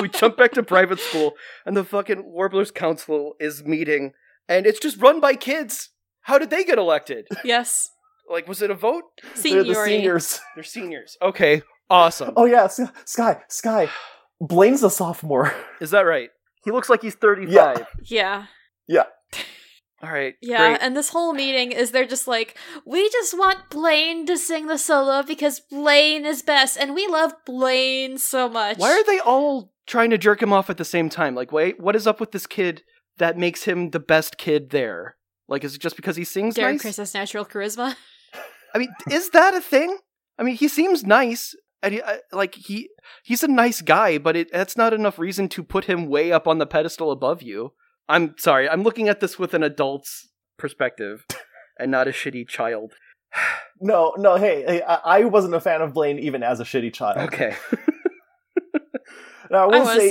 we jump back to private school, and the fucking Warblers Council is meeting, and it's just run by kids. How did they get elected?
yes.
Like, was it a vote?
They're
Seniority.
the seniors.
They're seniors. Okay. Awesome.
Oh yeah, S- Sky, Sky. Blaine's a sophomore.
Is that right? He looks like he's 35.
Yeah.
Yeah.
All right.
Yeah,
Great.
and this whole meeting is they're just like, we just want Blaine to sing the solo because Blaine is best, and we love Blaine so much.
Why are they all trying to jerk him off at the same time? Like, wait, what is up with this kid that makes him the best kid there? Like, is it just because he sings
Darren
nice?
Chris has natural charisma?
I mean, is that a thing? I mean, he seems nice. And he, I, like he he's a nice guy, but it, that's not enough reason to put him way up on the pedestal above you. I'm sorry. I'm looking at this with an adult's perspective and not a shitty child.
No, no, hey, hey I-, I wasn't a fan of Blaine even as a shitty child.
Okay.
Now, I will
I was.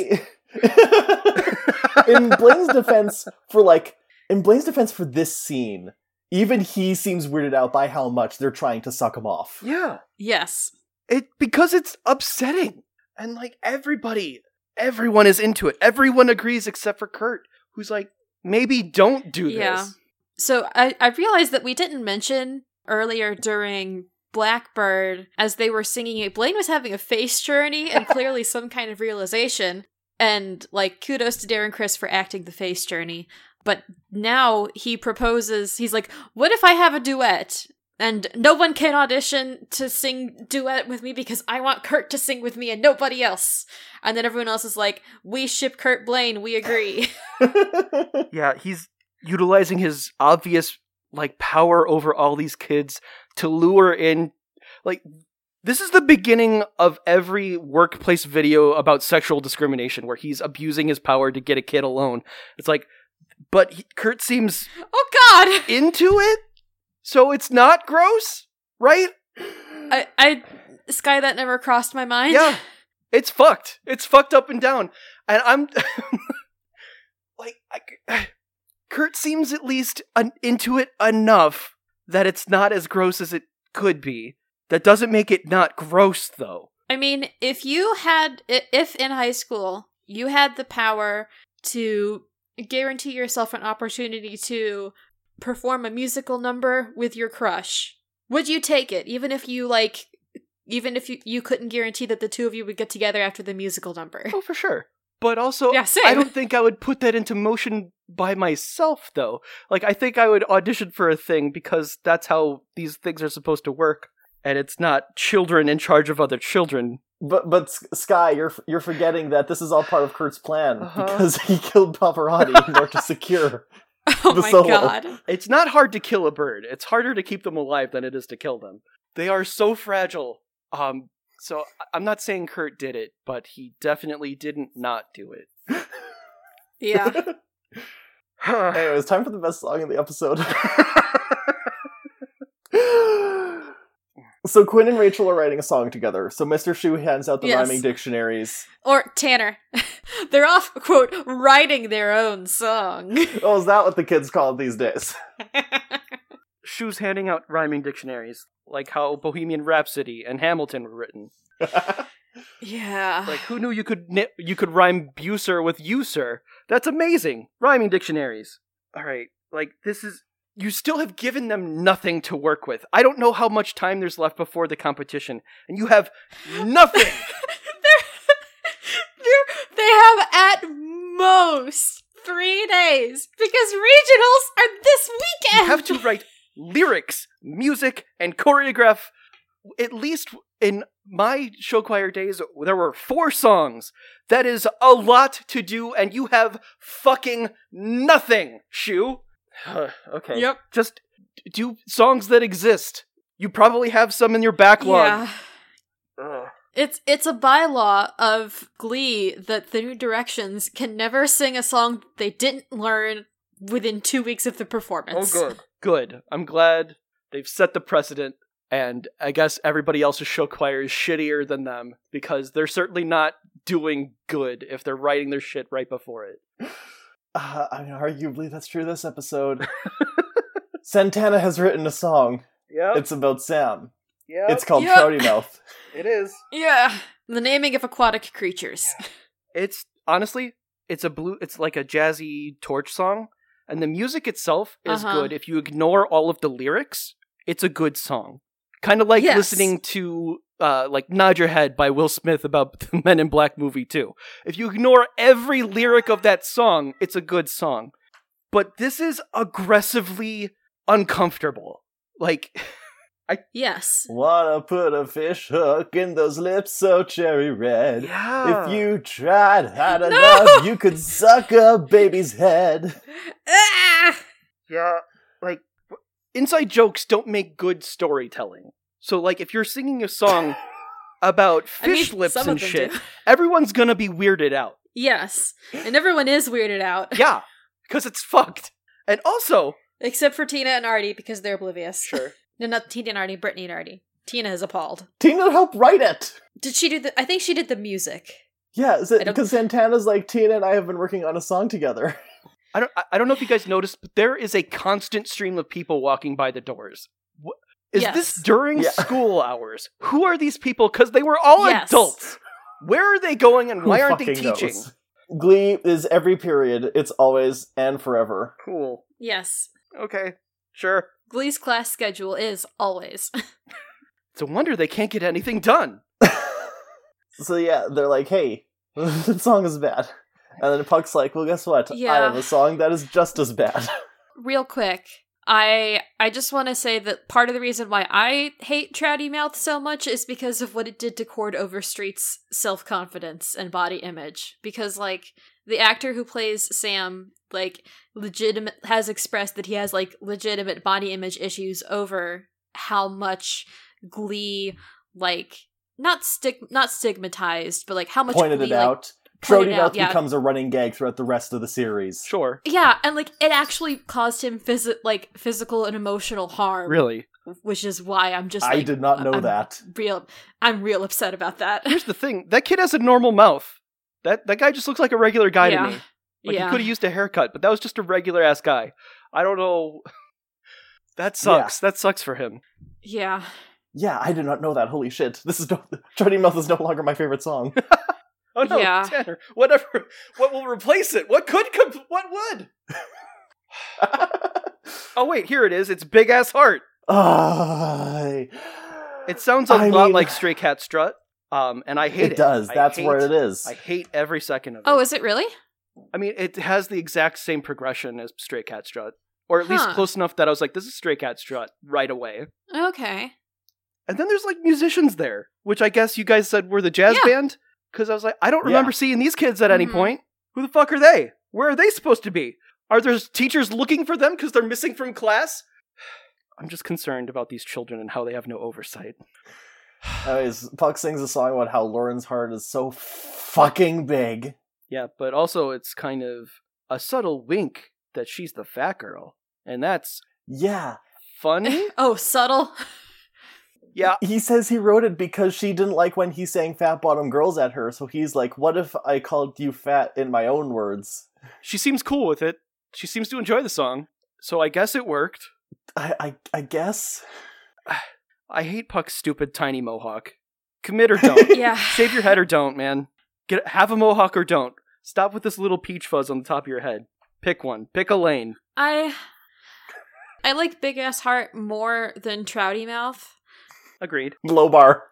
say, in Blaine's defense for like in Blaine's defense for this scene, even he seems weirded out by how much they're trying to suck him off.
yeah.
Yes.
It because it's upsetting. And like everybody, everyone is into it. Everyone agrees except for Kurt, who's like, maybe don't do
Yeah.
this.
So I, I realized that we didn't mention earlier during Blackbird as they were singing it. Blaine was having a face journey and clearly some kind of realization. And like kudos to Darren Chris for acting the face journey. But now he proposes, he's like, What if I have a duet? And no one can audition to sing duet with me because I want Kurt to sing with me and nobody else. And then everyone else is like, We ship Kurt Blaine, we agree.
Yeah, he's utilizing his obvious like power over all these kids to lure in like this is the beginning of every workplace video about sexual discrimination where he's abusing his power to get a kid alone. It's like but he, Kurt seems
oh god!
into it, so it's not gross, right?
I, I Sky that never crossed my mind.
Yeah. It's fucked. It's fucked up and down. And I'm like, I, Kurt seems at least un- into it enough that it's not as gross as it could be. That doesn't make it not gross, though.
I mean, if you had, i- if in high school you had the power to guarantee yourself an opportunity to perform a musical number with your crush, would you take it? Even if you like, even if you, you couldn't guarantee that the two of you would get together after the musical number.
Oh, for sure. But also,
Yeah, same.
I don't think I would put that into motion by myself, though. Like, I think I would audition for a thing because that's how these things are supposed to work. And it's not children in charge of other children.
But but S- Sky, you're you're forgetting that this is all part of Kurt's plan
Uh-huh.
because he killed Pavarotti in order to secure.
Oh
The
my
solo.
god.
It's not hard to kill a bird. It's harder to keep them alive than it is to kill them. They are so fragile. Um, so I- I'm not saying Kurt did it, but he definitely didn't not do it.
Yeah.
Huh.
Anyway, it's time for the best song in the episode. so Quinn and Rachel are writing a song together. So Mr. Shu hands out the
Yes.
rhyming dictionaries.
or Tanner. They're off, quote, writing their own song.
Oh, is that what the kids call it these days?
Shoes handing out rhyming dictionaries, like how Bohemian Rhapsody and Hamilton were written.
Uh,
yeah.
Like who knew you could ni- you could rhyme Bucer with user? That's amazing. Rhyming dictionaries. All right, like this is you still have given them nothing to work with. I don't know how much time there's left before the competition, and you have nothing.
they're, they're, they have at most three days because regionals are this
you
weekend.
have to write lyrics, music, and choreograph. At least in my show choir days, there were four songs. That is a lot to do, and you have fucking nothing, Shu. okay.
Yep.
Just d- do songs that exist. You probably have some in your backlog.
Yeah. It's it's a bylaw of Glee that the New Directions can never sing a song they didn't learn within two weeks of the performance.
Oh, Good. I'm glad they've set the precedent, and I guess everybody else's show choir is shittier than them because they're certainly not doing good if they're writing their shit right before it.
Uh, I mean, arguably that's true this episode. Santana has written a song.
Yeah.
It's about
Oh.
Sam.
yeah.
It's called
Yep.
Trouty Mouth.
it is.
Yeah. The naming of aquatic creatures.
It's honestly, it's a blue. It's like a jazzy torch song, and the music itself is
Uh-huh.
good. If you ignore all of the lyrics, it's a good song. Kind of like
Yes.
listening to uh, like "Nod Your Head" by Will Smith about the Men in Black movie too. If you ignore every lyric of that song, it's a good song. But this is aggressively uncomfortable. Like
Yes.
Wanna put a fish hook in those lips so cherry red.
yeah.
If you tried hard
No!
enough, you could suck a baby's head.
Ah!
Yeah, like inside jokes don't make good storytelling. So like if you're singing a song about
I mean,
fish lips
some of
and
them
shit,
do.
everyone's going to be weirded out.
Yes. And everyone is weirded out.
Yeah, cuz it's fucked. And also,
Except for Tina and Artie because they're oblivious.
sure.
No, not Tina and Artie, Brittany and Artie. Tina is appalled.
Tina helped write it.
Did she do the I think she did the music.
Yeah,
I don't-
because Santana's like Tina and I have been working on a song together.
I don't. I- I don't know if you guys noticed, but there is a constant stream of people walking by the doors. Wh- Is this
Yes.
during
Yeah.
school hours? Who are these people? Because they were all
Yes.
adults. Where are they going, and
Who
why aren't they
fucking knows?
teaching?
Glee is every period. It's always and forever.
Cool.
Yes.
Okay. Sure.
Glee's class schedule is always.
It's a wonder they can't get anything done.
so yeah, they're like, "Hey, the song is bad," and then Puck's like, "Well, guess what? I
Yeah.
have a song that is just as bad."
Real quick, I I just want to say that part of the reason why I hate Trouty Mouth so much is because of what it did to Cord Overstreet's self confidence and body image. Because like the actor who plays Sam, like legitimate has expressed that he has like legitimate body image issues over how much Glee like not stig not stigmatized, but like how much
Pointed
Glee,
it
like,
out.
pointed
Trody
out,
Mouth
yeah.
becomes a running gag throughout the rest of the series.
Sure.
Yeah, and like it actually caused him phys- like physical and emotional harm,
Really.
which is why I'm just
I
like,
did not know
I'm
that.
Real, I'm real upset about that.
Here's the thing. That kid has a normal mouth. That that guy just looks like a regular guy
Yeah.
to me. Like
yeah,
he could have used a haircut, but that was just a regular ass guy. I don't know. That sucks. That sucks for him.
yeah.
Yeah, I did not know that. Holy shit! This is no- Trody Mouth is no longer my favorite song.
Oh no,
Yeah.
Tanner. Whatever. What will replace it? What could? Comp- what would? Oh wait, here it is. It's Big Ass Heart.
I-
It sounds a
I
lot
mean-
like Stray Cat Strut. Um, and I hate it.
it does.
I
That's
hate-
where it is.
I hate every second of
Oh,
it.
is it really?
I mean, it has the exact same progression as Stray Cat Strut, or at least
Huh.
close enough that I was like, "This is Stray Cat Strut" right away.
Okay.
And then there's like musicians there, which I guess you guys said were the jazz
Yeah.
band. Because I was like, I don't
Yeah.
remember seeing these kids at any
Mhm.
point. Who the fuck are they? Where are they supposed to be? Are there teachers looking for them because they're missing from class? I'm just concerned about these children and how they have no oversight.
Anyways, Puck sings a song about how Lauren's heart is so fucking big.
Yeah, but also it's kind of a subtle wink that she's the fat girl. And that's
Yeah.
funny.
Oh, subtle.
yeah.
He says he wrote it because she didn't like when he sang fat bottom girls at her, so he's like, what if I called you fat in my own words?
She seems cool with it. She seems to enjoy the song. So I guess it worked.
I I, I guess.
I hate Puck's stupid tiny mohawk. Commit or don't.
Yeah.
Shave your head or don't, man. Get have a mohawk or don't. Stop with this little peach fuzz on the top of your head. Pick one. Pick a lane.
I I like Big Ass Heart more than Trouty Mouth.
Agreed.
Low bar.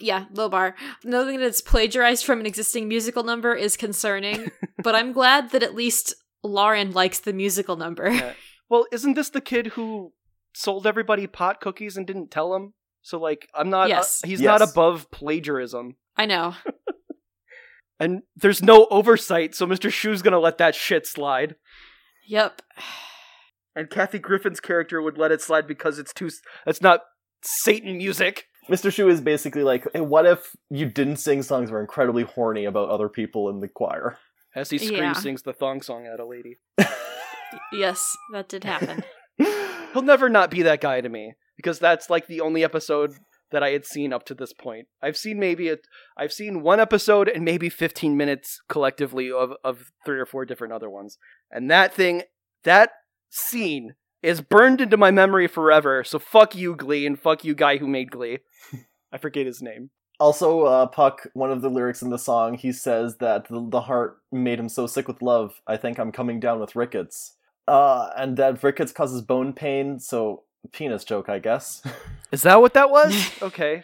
Yeah, low bar. Another thing that's plagiarized from an existing musical number is concerning, but I'm glad that at least Lauren likes the musical number.
Yeah. well, isn't this the kid who sold everybody pot cookies and didn't tell them? So like, I'm not. uh,
Yes.
he's
Yes.
not above plagiarism.
I know.
And there's no oversight, so Mr. Shu's gonna let that shit slide.
Yep.
And Kathy Griffin's character would let it slide because it's too. It's not Satan music.
Mr. Shu is basically like, hey, what if you didn't sing songs that were incredibly horny about other people in the choir?
As he screams,
Yeah.
sings the thong song at a lady.
Yes, that did happen.
He'll never not be that guy to me because that's like the only episode that I had seen up to this point. I've seen maybe a, I've seen one episode and maybe 15 minutes collectively of of three or four different other ones. And that thing, that scene is burned into my memory forever. So fuck you Glee and fuck you guy who made Glee. I forget his name.
Also, uh, Puck, one of the lyrics in the song, he says that the, the heart made him so sick with love, I think I'm coming down with rickets. Uh, and that rickets causes bone pain, so penis joke, I guess.
Is that what that was? okay.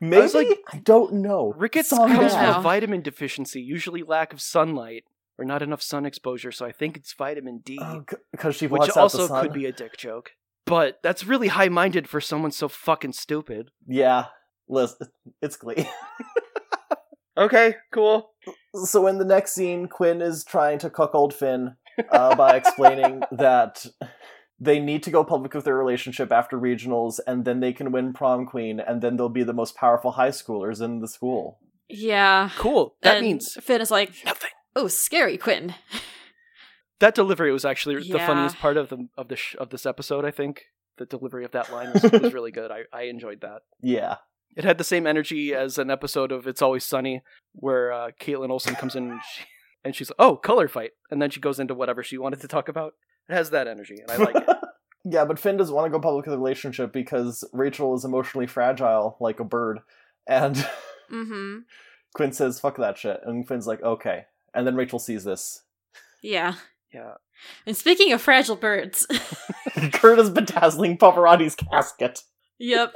Maybe? I,
was like-
don't know.
Rickets
Song
comes
bad.
from
bad.
a vitamin deficiency, usually lack of sunlight or not enough sun exposure, so I think it's vitamin D.
Because she
which
blots Oh, out the
also
sun.
could be a dick joke. But that's really high minded for someone so fucking stupid.
Yeah, Liz, it's Glee.
Okay, cool.
so in the next scene, Quinn is trying to cuckold Finn uh, by explaining that they need to go public with their relationship after regionals, and then they can win prom queen, and then they'll be the most powerful high schoolers in the school.
Yeah.
Cool. That
And
means
Finn is like,
nothing.
"Oh, scary, Quinn."
That delivery was actually the
Yeah.
funniest part of the of the sh- of this episode. I think the delivery of that line was, was really good. I, I enjoyed that.
Yeah,
It had the same energy as an episode of It's Always Sunny where uh, Caitlin Olsen comes in and, she, and she's like, "Oh, color fight," and then she goes into whatever she wanted to talk about. It has that energy, and I like it.
yeah, but Finn doesn't want to go public with the relationship because Rachel is emotionally fragile, like a bird. And
Mm-hmm.
Quinn says, "Fuck that shit," and Finn's like, "Okay." And then Rachel sees this.
Yeah.
Yeah.
And speaking of fragile birds,
Kurt is bedazzling Pavarotti's casket.
yep.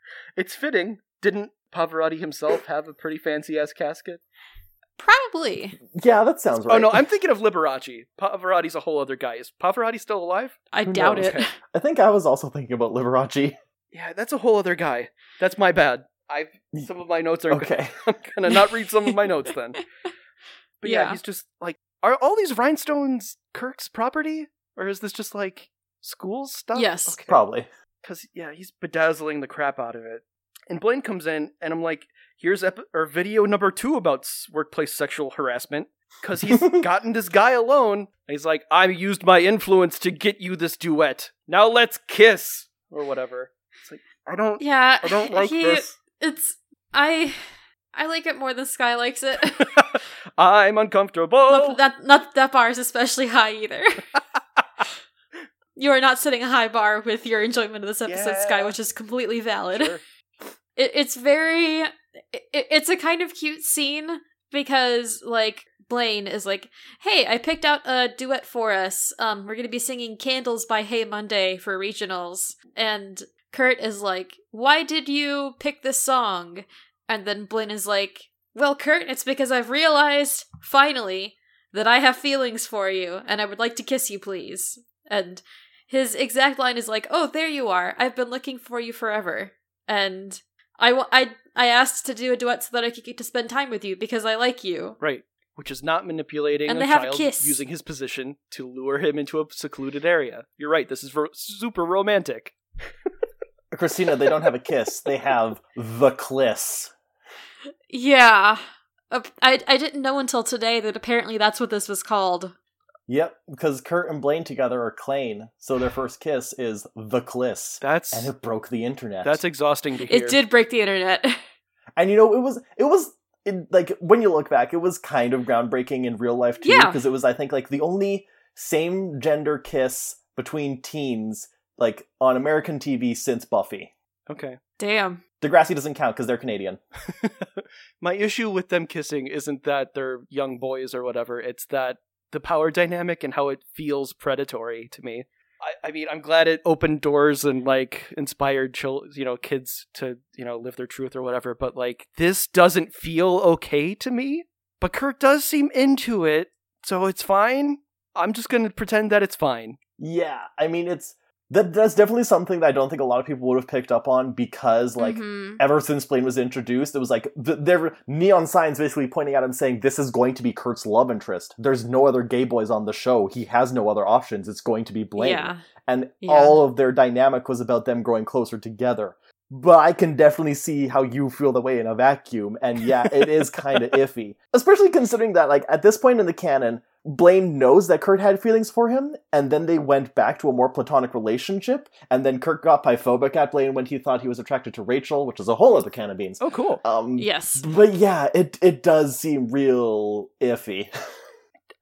It's fitting. Didn't Pavarotti himself have a pretty fancy ass casket?
Probably.
Yeah, that sounds right.
Oh no, I'm thinking of Liberace. Pavarotti's a whole other guy. Is Pavarotti still alive? Oh,
I
Who
doubt
knows?
it.
Okay.
I think I was also thinking about Liberace.
Yeah, that's a whole other guy. That's my bad. I some of my notes are.
Okay.
I'm gonna not read some of my notes then. But yeah,
Yeah.
he's just like, are all these rhinestones Kirk's property, or is this just like school stuff?
Yes.
Okay.
Probably.
because yeah, he's bedazzling the crap out of it. And Blaine comes in, and I'm like, "Here's ep- or video number two about s- workplace sexual harassment." Because he's gotten this guy alone, and he's like, "I used my influence to get you this duet. Now let's kiss or whatever." It's like I don't,
Yeah.
I don't like
he,
this.
It's I. I like it more than Sky likes it.
I'm uncomfortable.
Not that not that bar is especially high either. you are not setting a high bar with your enjoyment of this episode, Sky,
Yeah.
which is completely valid.
Sure.
It, it's very. It, it's a kind of cute scene because like Blaine is like, "Hey, I picked out a duet for us. Um, we're gonna be singing Candles by Hey Monday for regionals." And Kurt is like, "Why did you pick this song?" And then Blaine is like, "Well, Kurt, it's because I've realized finally that I have feelings for you, and I would like to kiss you, please." And his exact line is like, "Oh, there you are. I've been looking for you forever." And I, wa- I, I asked to do a duet so that I could get to spend time with you because I like you.
Right. Which is not manipulating
And
a
they have a
child
kiss.
using his position to lure him into a secluded area. You're right. This is ro- super romantic.
Christina, they don't have a kiss. They have the cliss.
Yeah. Uh, I, I didn't know until today that apparently that's what this was called.
Yep, because Kurt and Blaine together are Klain, so their first kiss is the cliss.
That's
And it broke the internet.
That's exhausting to hear.
It did break the internet.
and you know, it was it was it, like when you look back, it was kind of groundbreaking in real life too,
Yeah.
because it was I think like the only same gender kiss between teens like on American TV since Buffy.
Okay.
Damn.
Degrassi doesn't count because they're Canadian.
My issue with them kissing isn't that they're young boys or whatever. It's that the power dynamic and how it feels predatory to me. I, I mean, I'm glad it opened doors and like inspired chil- you know kids to you know live their truth or whatever. But like this doesn't feel okay to me. But Kurt does seem into it, so it's fine. I'm just gonna pretend that it's fine.
Yeah, I mean it's that that's definitely something that I don't think a lot of people would have picked up on because like
Mhm.
ever since Blaine was introduced, it was like th- there were neon signs basically pointing at him saying, This is going to be Kurt's love interest. There's no other gay boys on the show. He has no other options. It's going to be Blaine.
Yeah.
And
Yeah.
all of their dynamic was about them growing closer together. But I can definitely see how you feel the way in a vacuum. And yeah, it is kind of iffy. Especially considering that, like, at this point in the canon, Blaine knows that Kurt had feelings for him, and then they went back to a more platonic relationship, and then Kurt got pyphobic at Blaine when he thought he was attracted to Rachel, which is a whole other can of beans.
Oh, cool.
Um,
Yes.
But yeah, it, it does seem real iffy.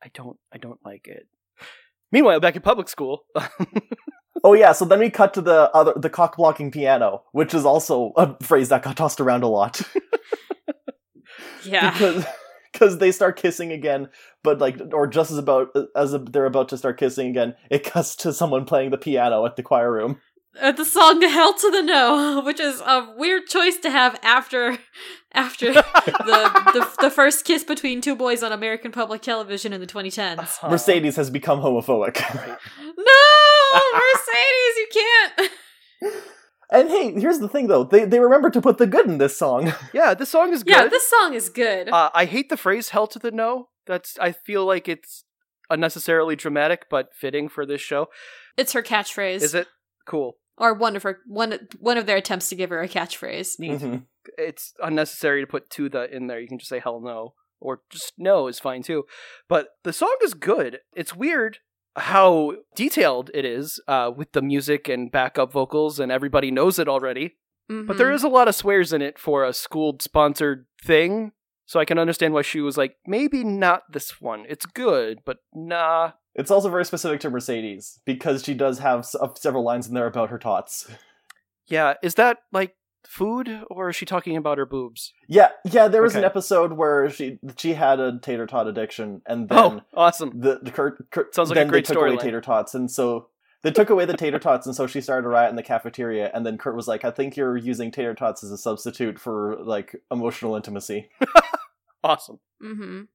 I don't. I don't like it. Meanwhile, back at public school,
Oh yeah, so then we cut to the other the cock blocking piano, which is also a phrase that got tossed around a lot
Yeah.
because because they start kissing again, but like or just as about as they're about to start kissing again, it cuts to someone playing the piano at the choir room.
Uh, the song "Hell to the No," which is a weird choice to have after, after the, the the first kiss between two boys on American public television in the 2010s.
Uh-huh.
Mercedes has become homophobic.
Right.
No, Mercedes, you can't.
and hey, here's the thing though, they they remember to put the good in this song.
Yeah, this song is good.
Yeah, this song is good.
Uh, I hate the phrase "hell to the no." That's I feel like it's unnecessarily dramatic, but fitting for this show.
it's her catchphrase.
Is it cool?
or one of her one one of their attempts to give her a catchphrase.
Mhm.
It's unnecessary to put "to the" in there. You can just say "hell no" or just "no" is fine too. But the song is good. It's weird how detailed it is uh, with the music and backup vocals, and everybody knows it already. But there
Mhm.
is a lot of swears in it for a school sponsored thing. So I can understand why she was like, maybe not this one. It's good, but nah.
It's also very specific to Mercedes because she does have s- uh, several lines in there about her tots.
Yeah, is that like food or is she talking about her boobs?
Yeah, yeah. There was an
Okay.
episode where she she had a tater tot addiction, and then
Oh, awesome.
the, the Kurt, Kurt
Sounds like
then
a great
they took away
storyline.
tater tots, and so they took away the tater tots, and so she started a riot in the cafeteria, and then Kurt was like, "I think you're using tater tots as a substitute for like emotional intimacy."
Awesome.
Mhm.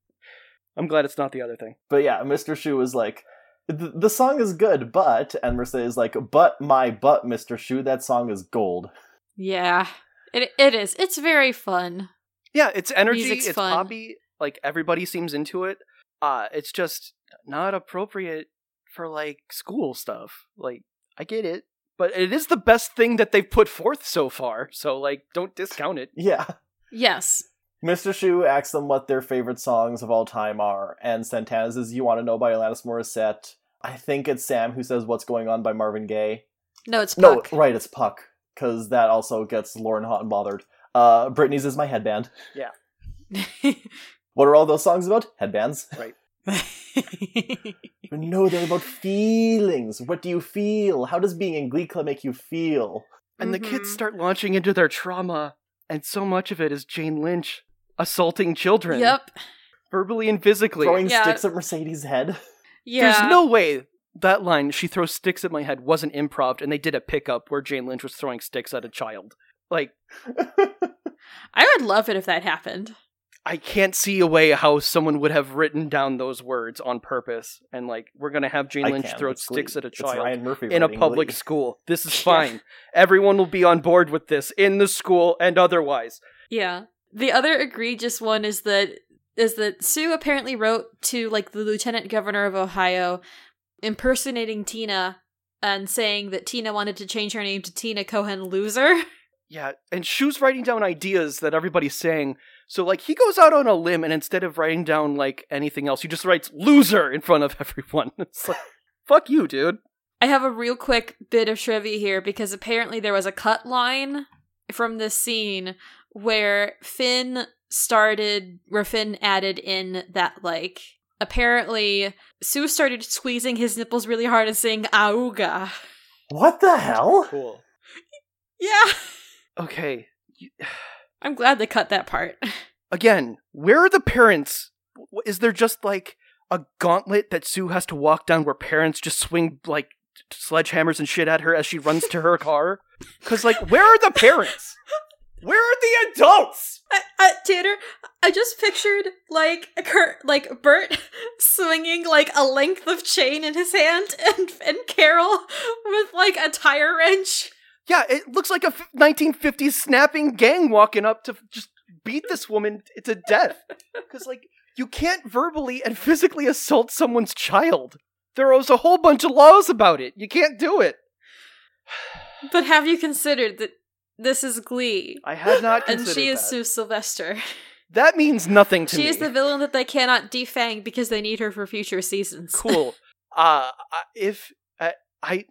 I'm glad it's not the other thing.
But yeah, Mr. Shu was like, "The the song is good, but," and Mercedes is like, "But my butt, Mr. Shu, that song is gold."
Yeah. It it is. It's very fun.
Yeah, it's energy,
Music's
it's
fun.
poppy, like everybody seems into it. Uh it's just not appropriate for like school stuff. Like I get it, but it is the best thing that they've put forth so far. So like don't discount it.
Yeah.
Yes.
Mr. Shu asks them what their favorite songs of all time are, and Santana says You Wanna Know by Alanis Morissette. I think it's Sam who says What's Going On by Marvin Gaye.
No, it's Puck.
No, right, it's Puck, because that also gets Lauren hot and bothered. Uh, Britney's is my headband. What are all those songs about? Headbands. no, they're about feelings. What do you feel? How does being in Glee Club make you feel?
And the
Mhm.
kids start launching into their trauma, and so much of it is Jane Lynch assaulting children
Yep.
verbally and physically.
Throwing
Yeah.
sticks at Mercedes' head.
Yeah.
There's no way that line "she throws sticks at my head" wasn't improv, and they did a pickup where Jane Lynch was throwing sticks at a child. Like
I would love it if that happened.
I can't see a way how someone would have written down those words on purpose, and like we're gonna have Jane
I
Lynch
can,
throw
it's Glee.
sticks at a
It's
child.
Ryan Murphy
in a
writing
public
Glee.
school. This is
Yeah.
fine. Everyone will be on board with this in the school and otherwise.
Yeah. The other egregious one is that is that Sue apparently wrote to like the lieutenant governor of Ohio impersonating Tina and saying that Tina wanted to change her name to Tina Cohen Loser.
Yeah, and Shu's writing down ideas that everybody's saying. So like he goes out on a limb and instead of writing down like anything else, he just writes loser in front of everyone. It's like fuck you, dude.
I have a real quick bit of trivia here because apparently there was a cut line from this scene where Finn started, where Finn added in that, like, apparently Sue started squeezing his nipples really hard and saying, Auga.
What the hell?
Cool.
Yeah.
Okay.
I'm glad they cut that part.
Again, where are the parents? W- Is there just like a gauntlet that Sue has to walk down where parents just swing like sledgehammers and shit at her as she runs to her car? Cuz like where are the parents? Where are the adults?
I, I, Tanner, I just pictured like a cur- like Bert swinging like a length of chain in his hand, and and Carol with like a tire wrench.
Yeah, it looks like a f- 1950s snapping gang walking up to f- just beat this woman t- to death. Because, like, you can't verbally and physically assault someone's child. There was a whole bunch of laws about it. You can't do it.
But have you considered that this is Glee?
I had not
And
considered
she is
that.
Sue Sylvester.
that means nothing to
she
me.
is the villain that they cannot defang because they need her for future seasons.
cool. Uh, I- if I, I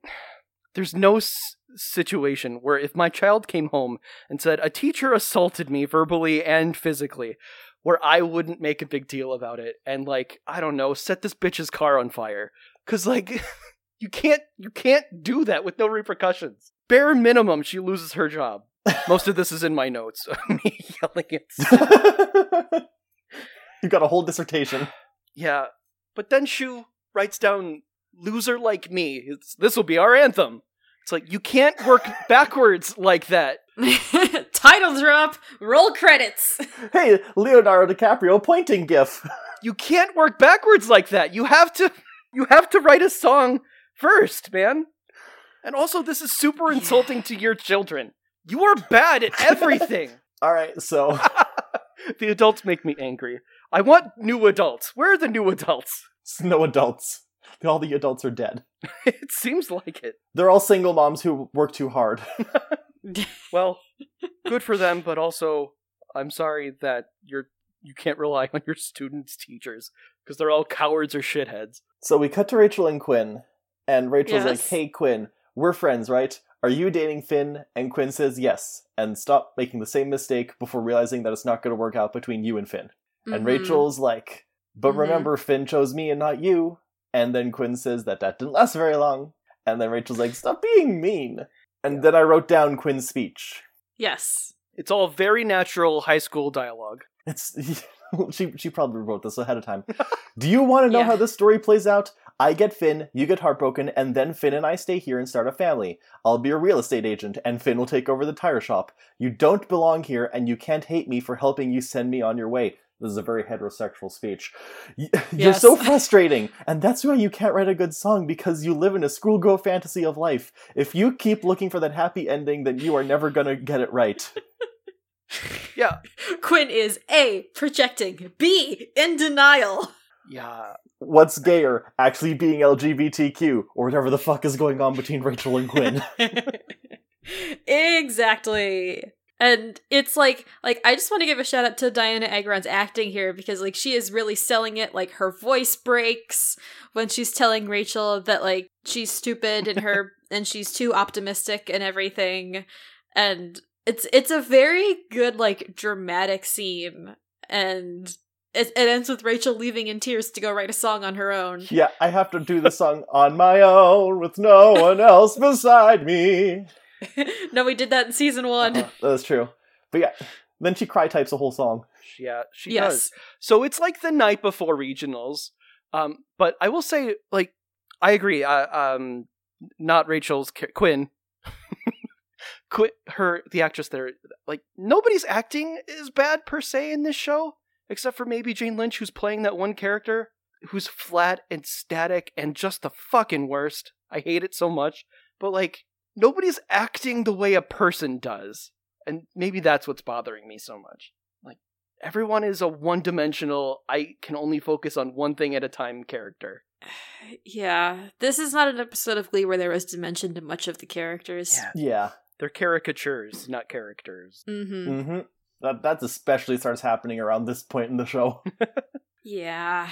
there's no s- situation where if my child came home and said a teacher assaulted me verbally and physically, where I wouldn't make a big deal about it and like I don't know, set this bitch's car on fire because like you can't you can't do that with no repercussions. Bare minimum, she loses her job. Most of this is in my notes. me yelling at Sue.
you got a whole dissertation.
Yeah, but then Shu writes down "loser like me." It's, this will be our anthem. It's like you can't work backwards like that.
Title drop, roll credits.
Hey, Leonardo DiCaprio pointing gif.
You can't work backwards like that. You have to. You have to write a song first, man. And also, this is super
Yeah.
insulting to your children. You are bad at everything.
All right, so
the adults make me angry. I want new adults. Where are the new adults?
it's no adults. All the adults are dead.
It seems like it.
They're all single moms who work too hard.
Well, good for them, but also I'm sorry that you're you can't rely on your students' teachers because they're all cowards or shitheads.
So we cut to Rachel and Quinn, and Rachel's like,
Yes.
"Hey, Quinn, we're friends, right? Are you dating Finn? And Quinn says yes, and stop making the same mistake before realizing that it's not going to work out between you and Finn. And
Mhm.
Rachel's like, but
Mhm.
remember, Finn chose me and not you. And then Quinn says that that didn't last very long. And then Rachel's like, stop being mean. And then I wrote down Quinn's speech.
Yes.
It's all very natural high school dialogue.
It's she she probably wrote this ahead of time. Do you want to know
Yeah.
how this story plays out? I get Finn, you get heartbroken, and then Finn and I stay here and start a family. I'll be a real estate agent, and Finn will take over the tire shop. You don't belong here, and you can't hate me for helping you send me on your way. This is a very heterosexual speech. Y- You're
Yes.
so frustrating, and that's why you can't write a good song because you live in a schoolgirl fantasy of life. If you keep looking for that happy ending, then you are never gonna get it right.
Yeah.
Quinn is A, projecting, B, in denial.
Yeah.
what's gayer, actually being LGBTQ, or whatever the fuck is going on between Rachel and Quinn.
exactly. And it's like like I just want to give a shout out to Diana Agron's acting here because like she is really selling it like her voice breaks when she's telling Rachel that like she's stupid and her and she's too optimistic and everything and it's it's a very good like dramatic scene and it, it ends with Rachel leaving in tears to go write a song on her own.
yeah, I have to do the song on my own with no one else beside me.
no, we did that in season 1.
uh-huh.
Uh, that's true. But yeah, then she cry types a whole song.
Yeah, she
yes.
does. So it's like the night before regionals. Um, but I will say, like, I agree. Uh, um, not Rachel's Ki- Quinn. Quit her, the actress there. Like nobody's acting is bad per se in this show, except for maybe Jane Lynch, who's playing that one character who's flat and static and just the fucking worst. I hate it so much. But like nobody's acting the way a person does, and maybe that's what's bothering me so much everyone is a one dimensional, I can only focus on one thing at a time character.
Yeah, this is not an episode of Glee where there was dimension to much of the characters.
Yeah.
They're caricatures, not characters.
Mm-hmm.
Mm-hmm. That, that especially starts happening around this point in the show.
Yeah.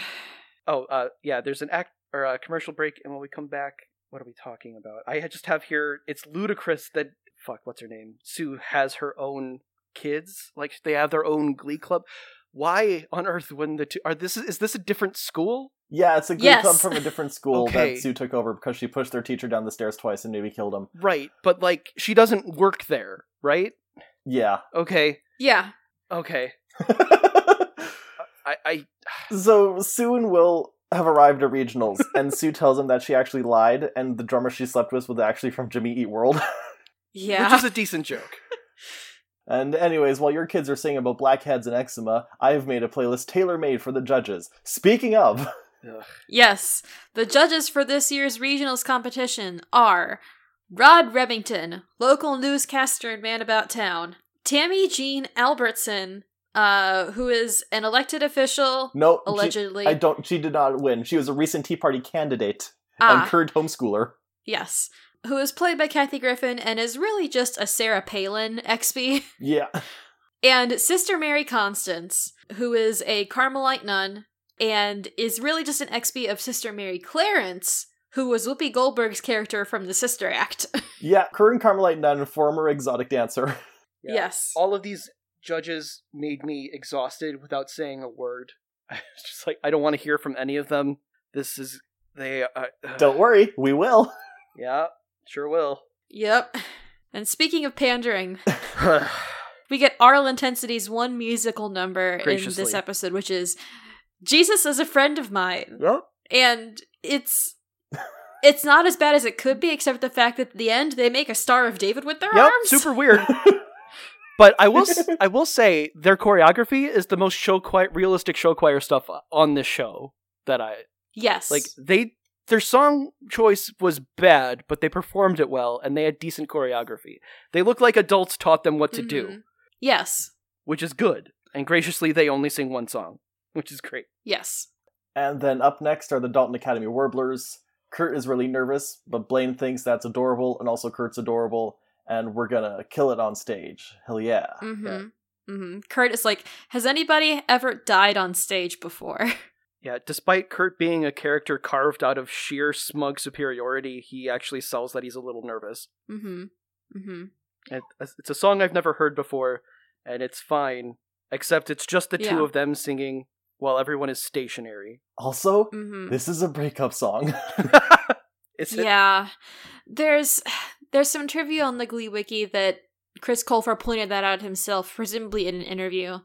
Oh, uh, yeah, there's an act or a commercial break, and when we come back, what are we talking about? I had- just have here, it's ludicrous that, fuck, what's her name? Sue has her own kids. Like, they have their own glee club. Why on earth wouldn't the two are this is this a different school?
yeah, it's a glee
Yes.
club from a different school
Okay.
that Sue took over because she pushed their teacher down the stairs twice and maybe killed him.
Right, but like she doesn't work there, right?
Yeah.
Okay.
Yeah.
Okay. I, I
So Sue and Will have arrived at regionals, and Sue tells him that she actually lied, and the drummer she slept with was actually from Jimmy Eat World.
Yeah.
which is a decent joke.
and anyways, while your kids are singing about blackheads and eczema, I have made a playlist tailor made for the judges. Speaking of,
yes. The judges for this year's regionals competition are Rod Remington, local newscaster and man about town, Tammy Jean Albertson, uh, who is an elected official,
no, she-
allegedly.
I don't. She did not win. She was a recent Tea Party candidate
ah,
and current homeschooler.
yes. Who is played by Kathy Griffin and is really just a Sarah Palin XP.
Yeah,
And Sister Mary Constance, who is a Carmelite nun and is really just an XP of Sister Mary Clarence, who was Whoopi Goldberg's character from the Sister Act.
yeah, current Carmelite nun, former exotic dancer.
Yeah.
Yes.
all of these judges made me exhausted without saying a word. I was just like, I don't want to hear from any of them. This is they. Uh, uh,
don't worry, we will.
Yeah, sure will.
yep. And speaking of pandering, we get Arl Intensity's one musical number in
Graciously.
this episode, which is Jesus is a friend of mine.
Yep.
And it's it's not as bad as it could be, except the fact that at the end they make a Star of David with their
yep,
arms.
super weird. But I will, s- I will say their choreography is the most show choir, realistic show choir stuff on this show that I
yes.
like. They their song choice was bad, but they performed it well, and they had decent choreography. They look like adults taught them what to do,
Mhm. Yes.
which is good. And graciously, they only sing one song, which is great.
Yes.
And then up next are the Dalton Academy Warblers. Kurt is really nervous, but Blaine thinks that's adorable, and also Kurt's adorable, and we're gonna kill it on stage. Hell yeah.
Mm. Mm-hmm. Mm-hmm. Kurt is like, has anybody ever died on stage before?
Yeah, despite Kurt being a character carved out of sheer smug superiority, he actually sells that he's a little nervous.
Mm-hmm. Mm-hmm.
It- It's a song I've never heard before, and it's fine, except it's just the
Yeah.
two of them singing while everyone is stationary.
Also,
Mm-hmm.
this is a breakup song.
Is it?
Yeah. There's there's some trivia on the Glee Wiki that Chris Colfer pointed that out himself, presumably in an interview.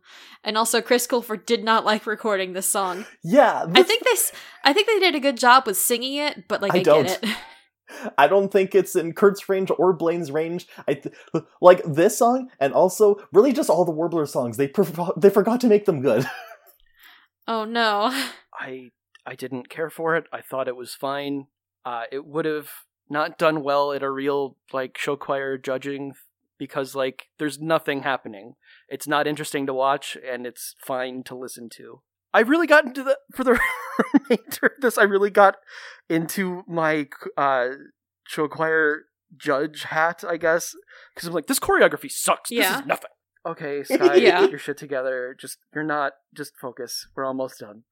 And also Chris Colfer did not like recording this song.
yeah,
I
this-
think they s- I think they did a good job with singing it, but like
I
I,
don't.
get it.
I don't think it's in Kurt's range or Blaine's range. I th- like this song, and also really just all the Warbler songs. They pro- they forgot to make them good.
Oh no.
I I didn't care for it. I thought it was fine. Uh, it would have not done well at a real like show choir judging because like there's nothing happening. It's not interesting to watch and it's fine to listen to. I really got into the for the remainder of this. I really got into my uh, show choir judge hat, I guess, because I'm like this choreography sucks. This
Yeah.
is nothing. Okay, Sky,
Yeah.
get your shit together. Just you're not. Just focus. We're almost done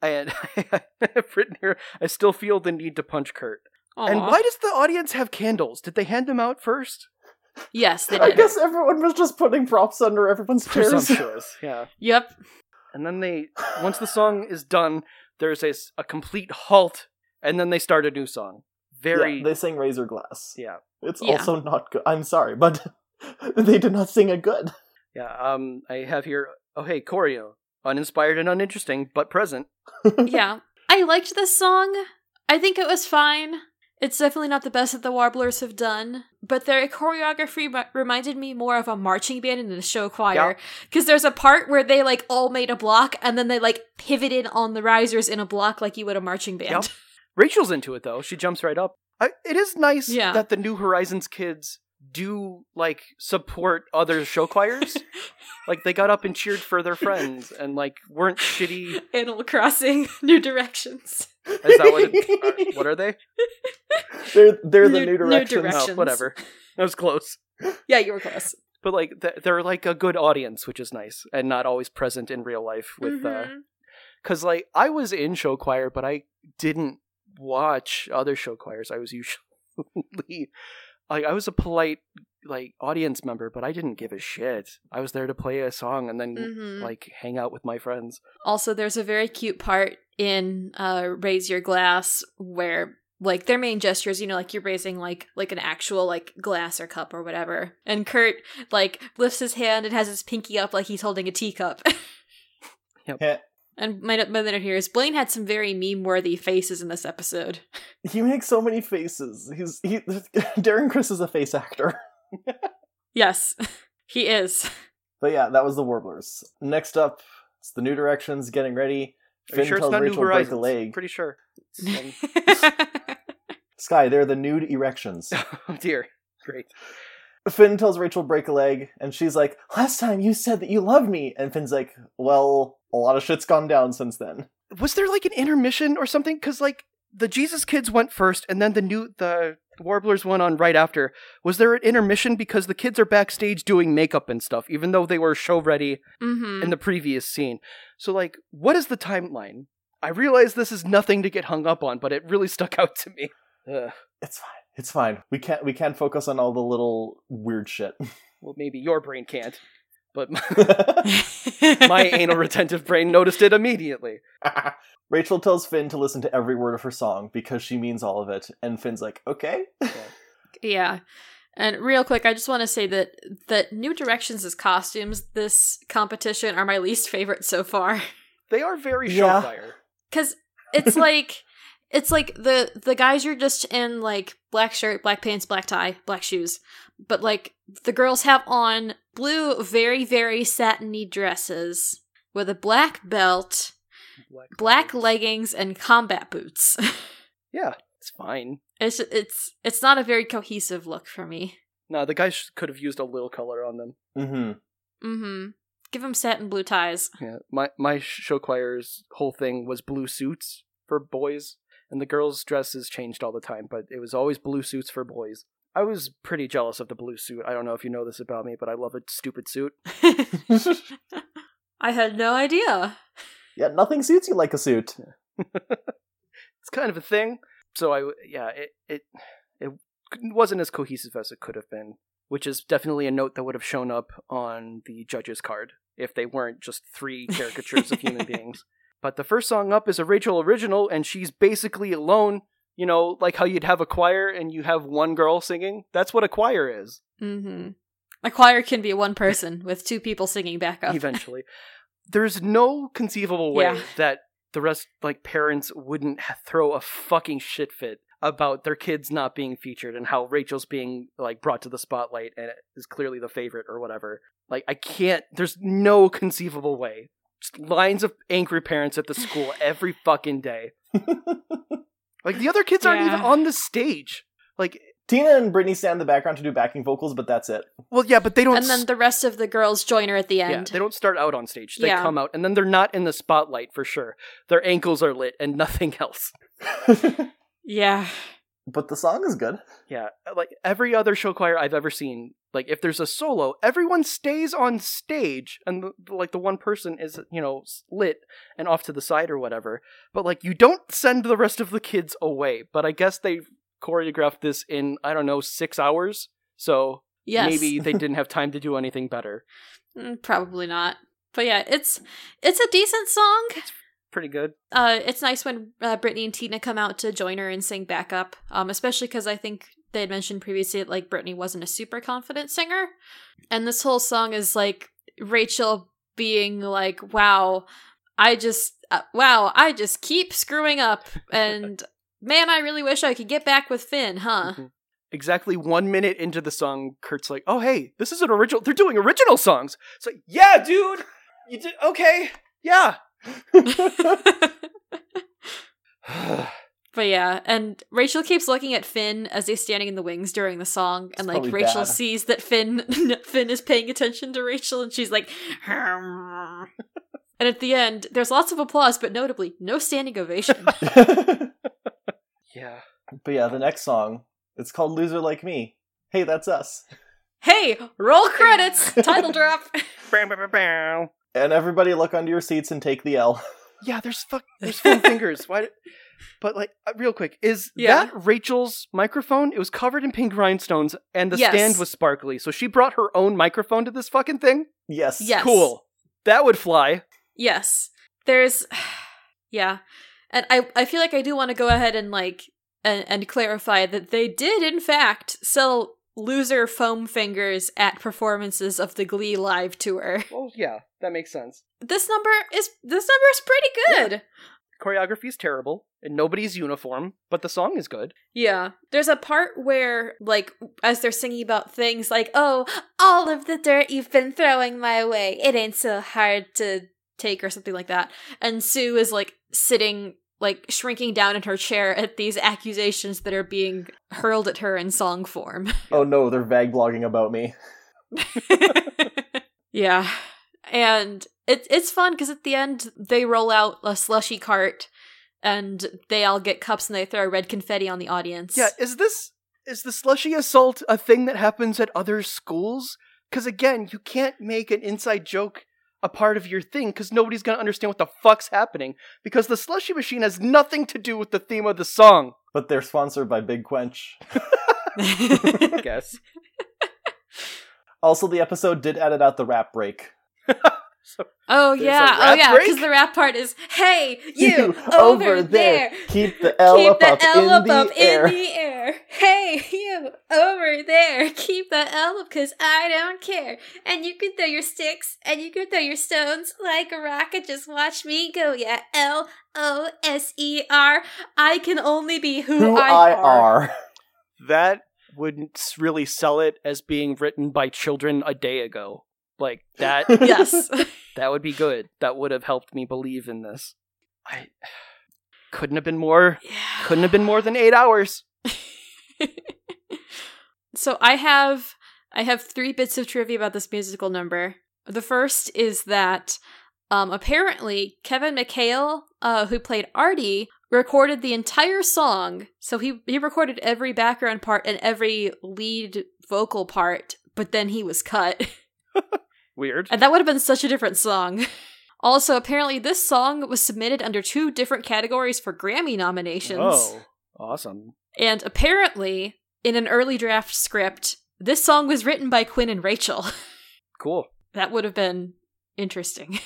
and I've written here, I still feel the need to punch Kurt. And
Aw.
why does the audience have candles? Did they hand them out first?
Yes, they
I
did.
guess everyone was just putting props under everyone's chairs.
Presumptuous, yeah.
Yep.
And then they, once the song is done, there's a, s- a complete halt, and then they start a new song. Very,
Yeah, they sang Razor Glass.
Yeah.
It's
Yeah.
also not good. I'm sorry, but they did not sing it good.
yeah. Um, I have here. Oh, hey, choreo, uninspired and uninteresting, but present.
Yeah. I liked this song. I think it was fine. It's definitely not the best that the Warblers have done, but their choreography re- reminded me more of a marching band and a show choir. Because there's a part where they like all made a block and then they like pivoted on the risers in a block like you would a marching band.
Rachel's into it though. She jumps right up. I, it is nice
Yeah.
that the New Horizons kids do like support other show choirs. like they got up and cheered for their friends and like weren't shitty.
Animal Crossing, New Directions.
Is that what? It, uh, what are they?
They're they're the
New-
new
new
direction.
direct-
No,
Directions.
whatever. That was close.
Yeah, you were close.
But like th- they're like a good audience, which is nice, and not always present in real life with uh,
Mhm.
because like I was in show choir, but I didn't watch other show choirs. I was usually like I was a polite like audience member, but I didn't give a shit. I was there to play a song and then
Mm-hmm.
Mhm.
like hang out with my friends.
Also, there's a very cute part in uh, "Raise Your Glass" where, like, their main gestures, you know, like you're raising like like an actual like glass or cup or whatever, and Kurt like lifts his hand and has his pinky up like he's holding a teacup.
Heh.
and my my note here is Blaine had some very meme worthy faces in this episode.
He makes so many faces. He's he Darren Chris is a face actor.
Yes, he is.
But yeah, that was the Warblers. Next up, it's the New Directions getting ready.
Are you
Finn
sure it's
tells
not New
Rachel to break
Horizons?
a leg.
Pretty sure. Um,
Sky, they're the nude erections.
oh dear, great.
Finn tells Rachel to break a leg, and she's like, "Last time you said that you loved me," and Finn's like, "Well, a lot of shit's gone down since then."
Was there like an intermission or something? Because like the Jesus Kids went first, and then the new the Warblers went on right after. Was there an intermission because the kids are backstage doing makeup and stuff, even though they were show ready
hmm
in the previous scene. So, like, what is the timeline? I realize this is nothing to get hung up on, but it really stuck out to me. Ugh.
It's fine. It's fine. We can't. We can't focus on all the little weird shit.
Well, maybe your brain can't, but my, my anal retentive brain noticed it immediately.
Rachel tells Finn to listen to every word of her song because she means all of it, and Finn's like, "Okay."
Yeah. And real quick, I just want to say that that New Directions' as costumes this competition are my least favorite so far
They are very show
Yeah.
fire.
because it's like it's like the the guys are just in like black shirt, black pants, black tie, black shoes, but like the girls have on blue, very very satiny dresses with a black belt, black leggings, and combat boots.
Yeah, it's fine.
it's it's it's not a very cohesive look for me.
No, the guys could have used a little color on them.
Mm-hmm.
Mm-hmm. Give them satin blue ties.
Yeah, my my show choir's whole thing was blue suits for boys, and the girls' dresses changed all the time, but it was always blue suits for boys. I was pretty jealous of the blue suit. I don't know if you know this about me, but I love a stupid suit.
I had no idea.
Yeah, nothing suits you like a suit.
It's kind of a thing. So I, w- yeah, it it it wasn't as cohesive as it could have been, which is definitely a note that would have shown up on the judges card if they weren't just three caricatures of human beings. But the first song up is a Rachel original, and she's basically alone. You know, like how you'd have a choir and you have one girl singing. That's what a choir is.
Mm-hmm. A choir can be one person with two people singing backup.
eventually. There's no conceivable way
Yeah.
that the rest, like parents, wouldn't ha- throw a fucking shit fit about their kids not being featured and how Rachel's being like brought to the spotlight and is clearly the favorite or whatever. Like I can't. There's no conceivable way. Just lines of angry parents at the school every fucking day. Like the other kids aren't
Yeah.
even on the stage. Like,
Tina and Brittany stand in the background to do backing vocals, but that's it.
well, yeah, but they don't.
and then the rest of the girls join her at the
Yeah,
end.
they don't start out on stage. They
Yeah.
come out, and then they're not in the spotlight for sure. Their ankles are lit and nothing else.
Yeah.
but the song is good.
Yeah, like every other show choir I've ever seen, like if there's a solo, everyone stays on stage, and the, like the one person is you know s- lit and off to the side or whatever. But like you don't send the rest of the kids away. But I guess they choreographed this in I don't know six hours, so
Yes.
maybe they didn't have time to do anything better.
Mm, Probably not. But yeah, it's it's a decent song.
Pretty good.
Uh, it's nice when uh, Brittany and Tina come out to join her and sing backup. Um, especially because I think they had mentioned previously that like Brittany wasn't a super confident singer, and this whole song is like Rachel being like, "Wow, I just uh, wow, I just keep screwing up," and man, I really wish I could get back with Finn, huh?
Mhm. Exactly one minute into the song, Kurt's like, "Oh hey, this is an original. They're doing original songs." It's like, "Yeah, dude, you did okay. Yeah."
But yeah, and Rachel keeps looking at Finn as he's standing in the wings during the song, and like
probably
Rachel
bad.
sees that Finn Finn is paying attention to Rachel, and she's like, "Hmm." and at the end, there's lots of applause, but notably no standing ovation.
but
yeah.
yeah, the next song, it's called Loser Like Me. Hey, that's us.
hey, roll credits, title drop.
Bam, bam, bam, bam.
And everybody look under your seats and take the L.
Yeah, there's fuck, there's foam fingers. Why? d- But like, uh, real quick, is
Yeah.
that Rachel's microphone? It was covered in pink rhinestones, and the
Yes.
stand was sparkly. So she brought her own microphone to this fucking thing.
Yes.
Yes.
Cool. That would fly.
Yes. There's yeah. And I I feel like I do want to go ahead and like and, and clarify that they did in fact sell loser foam fingers at performances of the Glee live tour.
Well, yeah, that makes sense.
This number is this number is pretty good.
Choreography's terrible, and nobody's uniform, but the song is good.
Yeah. There's a part where, like, as they're singing about things like, oh, all of the dirt you've been throwing my way, it ain't so hard to take, or something like that. And Sue is, like, sitting, like, shrinking down in her chair at these accusations that are being hurled at her in song form.
Oh no, they're vag blogging about me.
yeah. And it, it's fun because at the end, they roll out a slushy cart and they all get cups and they throw red confetti on the audience.
Yeah, is this is the slushy assault a thing that happens at other schools? Because again, you can't make an inside joke a part of your thing because nobody's gonna understand what the fuck's happening because the slushy machine has nothing to do with the theme of the song.
But they're sponsored by Big Quench.
I guess
Also, the episode did edit out the rap break.
Oh
There's a
yeah, oh
rap
yeah,
break?
because the rap part is "Hey, you over there,
Keep the L
keep
up,
the
up
L
in
up
the
up
air.
in the air. Hey, you over there, keep the L up, cause I don't care. And you can throw your sticks, and you can throw your stones like a rocket. Just watch me go, yeah, L O S E R. I can only be who,
Who
I,
I
are.
are.
that wouldn't s- really sell it as being written by children a day ago. Like that,
Yes,
that would be good. That would have helped me believe in this. I couldn't have been more. Couldn't have been more than eight hours.
so i have i have three bits of trivia about this musical number the first is that um apparently kevin mchale uh who played artie recorded the entire song so he he recorded every background part and every lead vocal part but then he was cut
Weird.
and that would have been such a different song Also, apparently, this song was submitted under two different categories for Grammy nominations.
Oh, awesome.
And apparently, in an early draft script, this song was written by Quinn and Rachel.
Cool.
that would have been interesting.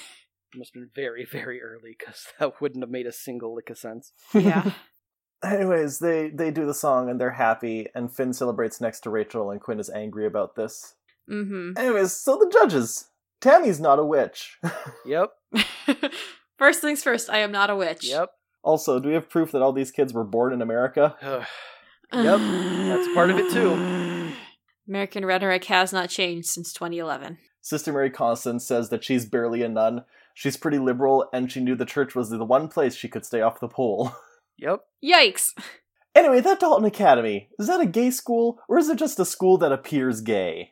Must have been very, very early because that wouldn't have made a single lick of sense.
yeah.
Anyways, they they do the song and they're happy, and Finn celebrates next to Rachel, and Quinn is angry about this.
Mm-hmm.
Anyways, so the judges. Tammy's not a witch.
Yep.
first things first, I am not a witch.
Yep.
also, do we have proof that all these kids were born in America?
Ugh. Yep, that's part of it too.
American rhetoric has not changed since 2011.
Sister Mary Constance says that she's barely a nun. She's pretty liberal, and she knew the church was the one place she could stay off the pole.
yep.
Yikes!
anyway, that Dalton Academy is that a gay school, or is it just a school that appears gay?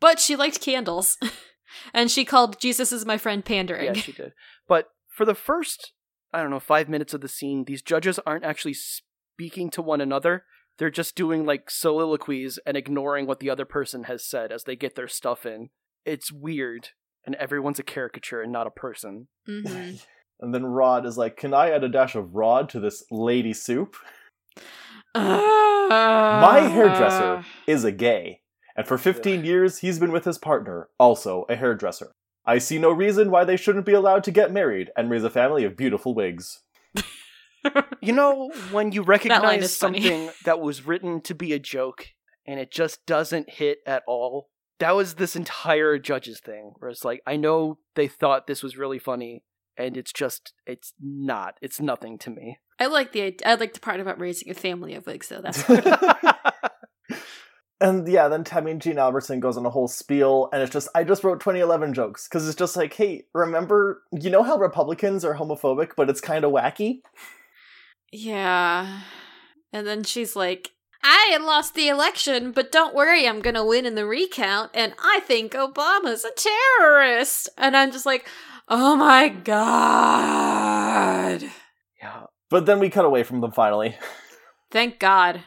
but she liked candles. and she called Jesus is my friend pandering.
Yeah, she did. But for the first, I don't know, five minutes of the scene, these judges aren't actually speaking to one another. They're just doing like soliloquies and ignoring what the other person has said as they get their stuff in. It's weird, and everyone's a caricature and not a person.
Mhm.
And then Rod is like, "Can I add a dash of Rod to this lady soup?" My hairdresser is a gay, and for 15 years he's been with his partner, also a hairdresser. I see no reason why they shouldn't be allowed to get married and raise a family of beautiful wigs.
You know, when you
line
recognize
is funny.
something that was written to be a joke and it just doesn't hit at all, that was this entire judges thing where it's like, I know they thought this was really funny and it's just, it's not. It's nothing to me.
I like the I like the part about raising a family of wigs though. That's
and yeah, then Tammy Jean Albertson goes on a whole spiel, and it's just I just wrote 2011 jokes because it's just like, hey, remember, you know how Republicans are homophobic, but it's kind of wacky.
yeah. And then she's like, "I lost the election, but don't worry, I'm gonna win in the recount, and I think Obama's a terrorist." And I'm just like, "Oh my god!"
yeah.
But then we cut away from them finally.
Thank God.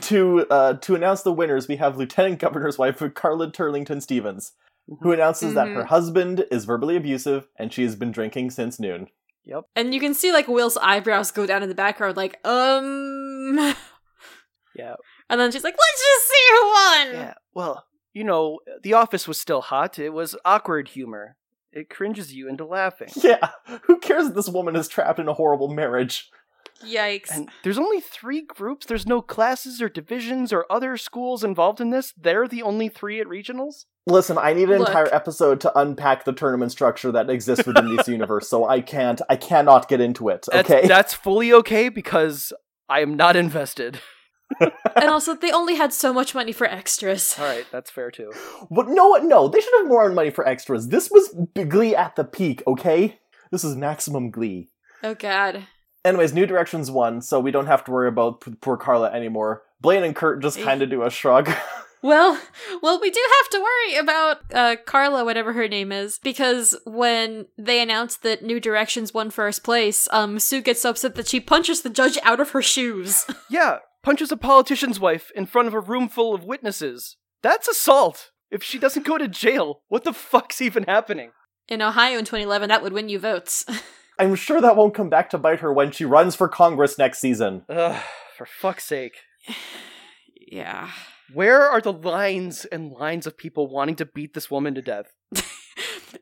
to uh, to announce the winners, we have Lieutenant Governor's wife Carla Turlington Stevens, who announces that her husband is verbally abusive and she has been drinking since noon.
And you can see like Will's eyebrows go down in the background, like, um.
Yeah.
And then she's like, let's just see who won!
Yeah. Well, you know, The Office was still hot. It was awkward humor, it cringes you into laughing.
Yeah, who cares that this woman is trapped in a horrible marriage?
Yikes.
And there's only three groups. There's no classes or divisions or other schools involved in this. They're the only three at regionals.
Listen, I need an
Look.
entire episode to unpack the tournament structure that exists within this universe, so I can't, I cannot get into it.
That's,
Okay,
that's fully okay because I am not invested.
and also, they only had so much money for extras.
All right, that's fair too.
What- no, no, they should have more money for extras. This was Glee at the peak. Okay, this is maximum Glee.
Oh, God.
Anyways, New Directions won, so we don't have to worry about p- poor Carla anymore. Blaine and Kurt just
Eh.
kind of do a shrug.
Well, well, we do have to worry about uh, Carla, whatever her name is, because when they announced that New Directions won first place, um, Sue gets so upset that she punches the judge out of her shoes.
Yeah, punches a politician's wife in front of a room full of witnesses. That's assault. If she doesn't go to jail, what the fuck's even happening?
in Ohio in 2011, that would win you votes.
I'm sure that won't come back to bite her when she runs for Congress next season.
Ugh, for fuck's sake.
yeah.
Where are the lines and lines of people wanting to beat this woman to death?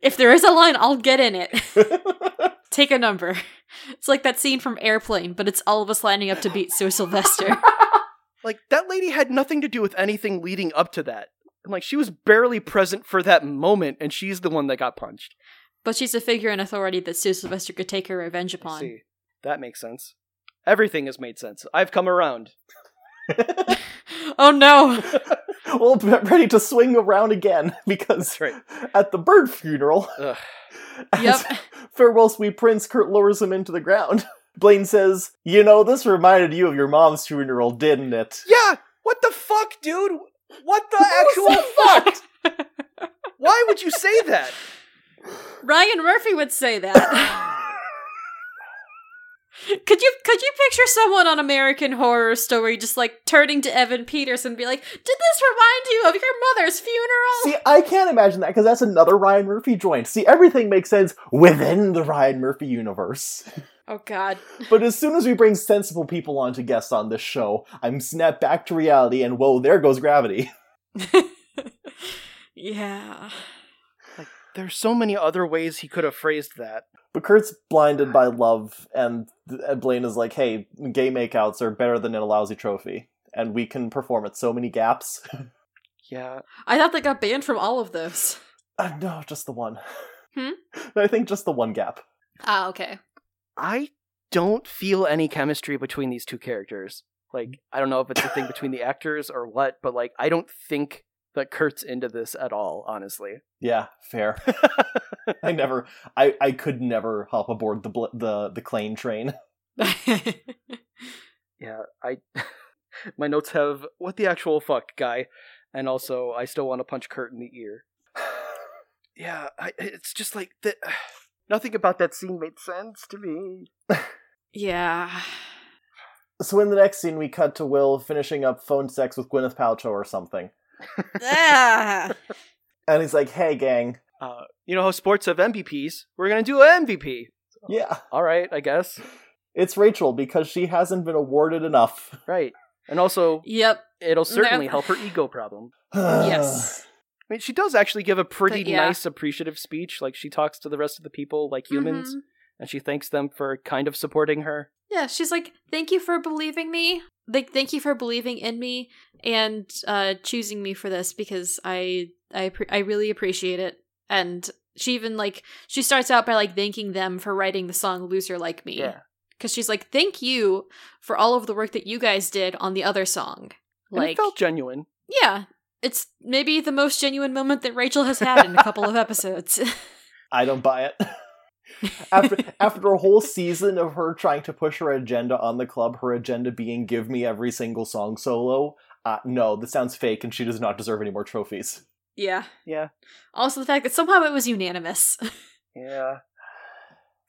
If there is a line, I'll get in it. Take a number. It's like that scene from Airplane, but it's all of us lining up to beat Sue Sylvester.
Like, that lady had nothing to do with anything leading up to that. And, like, she was barely present for that moment, and she's the one that got punched.
but she's a figure in authority that Sue Sylvester could take her revenge
I
upon.
See, that makes sense. Everything has made sense. I've come around.
Oh no!
well, be- ready to swing around again because
That's right.
at the bird funeral,
Ugh.
as
Yep.
farewell sweet prince, Kurt lowers him into the ground. Blaine says, "You know, this reminded you of your mom's funeral, didn't it?"
Yeah! What the fuck, dude? What the actual fuck? Why would you say that?
Ryan Murphy would say that. Could you could you picture someone on American Horror Story just like turning to Evan Peters and be like, "Did this remind you of your mother's funeral?"
See, I can't imagine that because that's another Ryan Murphy joint. See, everything makes sense within the Ryan Murphy universe.
oh God,
But as soon as we bring sensible people on to guest on this show, I'm snapped back to reality and whoa, there goes gravity.
yeah.
There's so many other ways he could have phrased that.
But Kurt's blinded by love, and, and Blaine is like, hey, gay makeouts are better than a lousy trophy, and we can perform at so many gaps.
Yeah.
I thought they got banned from all of those.
Uh, no, just the one.
Hmm?
I think just the one gap.
Ah, okay.
I don't feel any chemistry between these two characters. Like, I don't know if it's a thing between the actors or what, but like, I don't think that Kurt's into this at all, honestly.
Yeah, fair. I never, I, I could never hop aboard the bl- the the Clane train.
Yeah, I. My notes have what the actual fuck, guy, and also I still want to punch Kurt in the ear. Yeah, I, it's just like the, nothing about that scene made sense to me.
yeah.
So in the next scene, we cut to Will finishing up phone sex with Gwyneth Paltrow or something,
ah.
and he's like, "Hey, gang,
Uh, you know how sports have MVPs? We're gonna do an MVP.
Oh.
yeah,
All right, I guess.
it's Rachel because she hasn't been awarded enough."
Right, and also
Yep.
it'll certainly
That-
help her ego problem.
Yes.
I mean, she does actually give a pretty
But, yeah.
nice, appreciative speech. Like she talks to the rest of the people like humans,
Mhm.
and she thanks them for kind of supporting her.
Yeah, she's like, "Thank you for believing me. Like, thank you for believing in me and uh choosing me for this because I I appre- I really appreciate it." And she even like she starts out by like thanking them for writing the song "Loser Like Me."
Yeah,
Cuz she's like, "Thank you for all of the work that you guys did on the other song."
and
Like
it felt genuine.
Yeah. It's maybe the most genuine moment that Rachel has had in a couple of episodes.
I don't buy it. after after a whole season of her trying to push her agenda on the club, her agenda being "Give me every single song solo." Uh, no, this sounds fake, and she does not deserve any more trophies.
yeah.
Yeah,
Also the fact that somehow it was unanimous.
Yeah.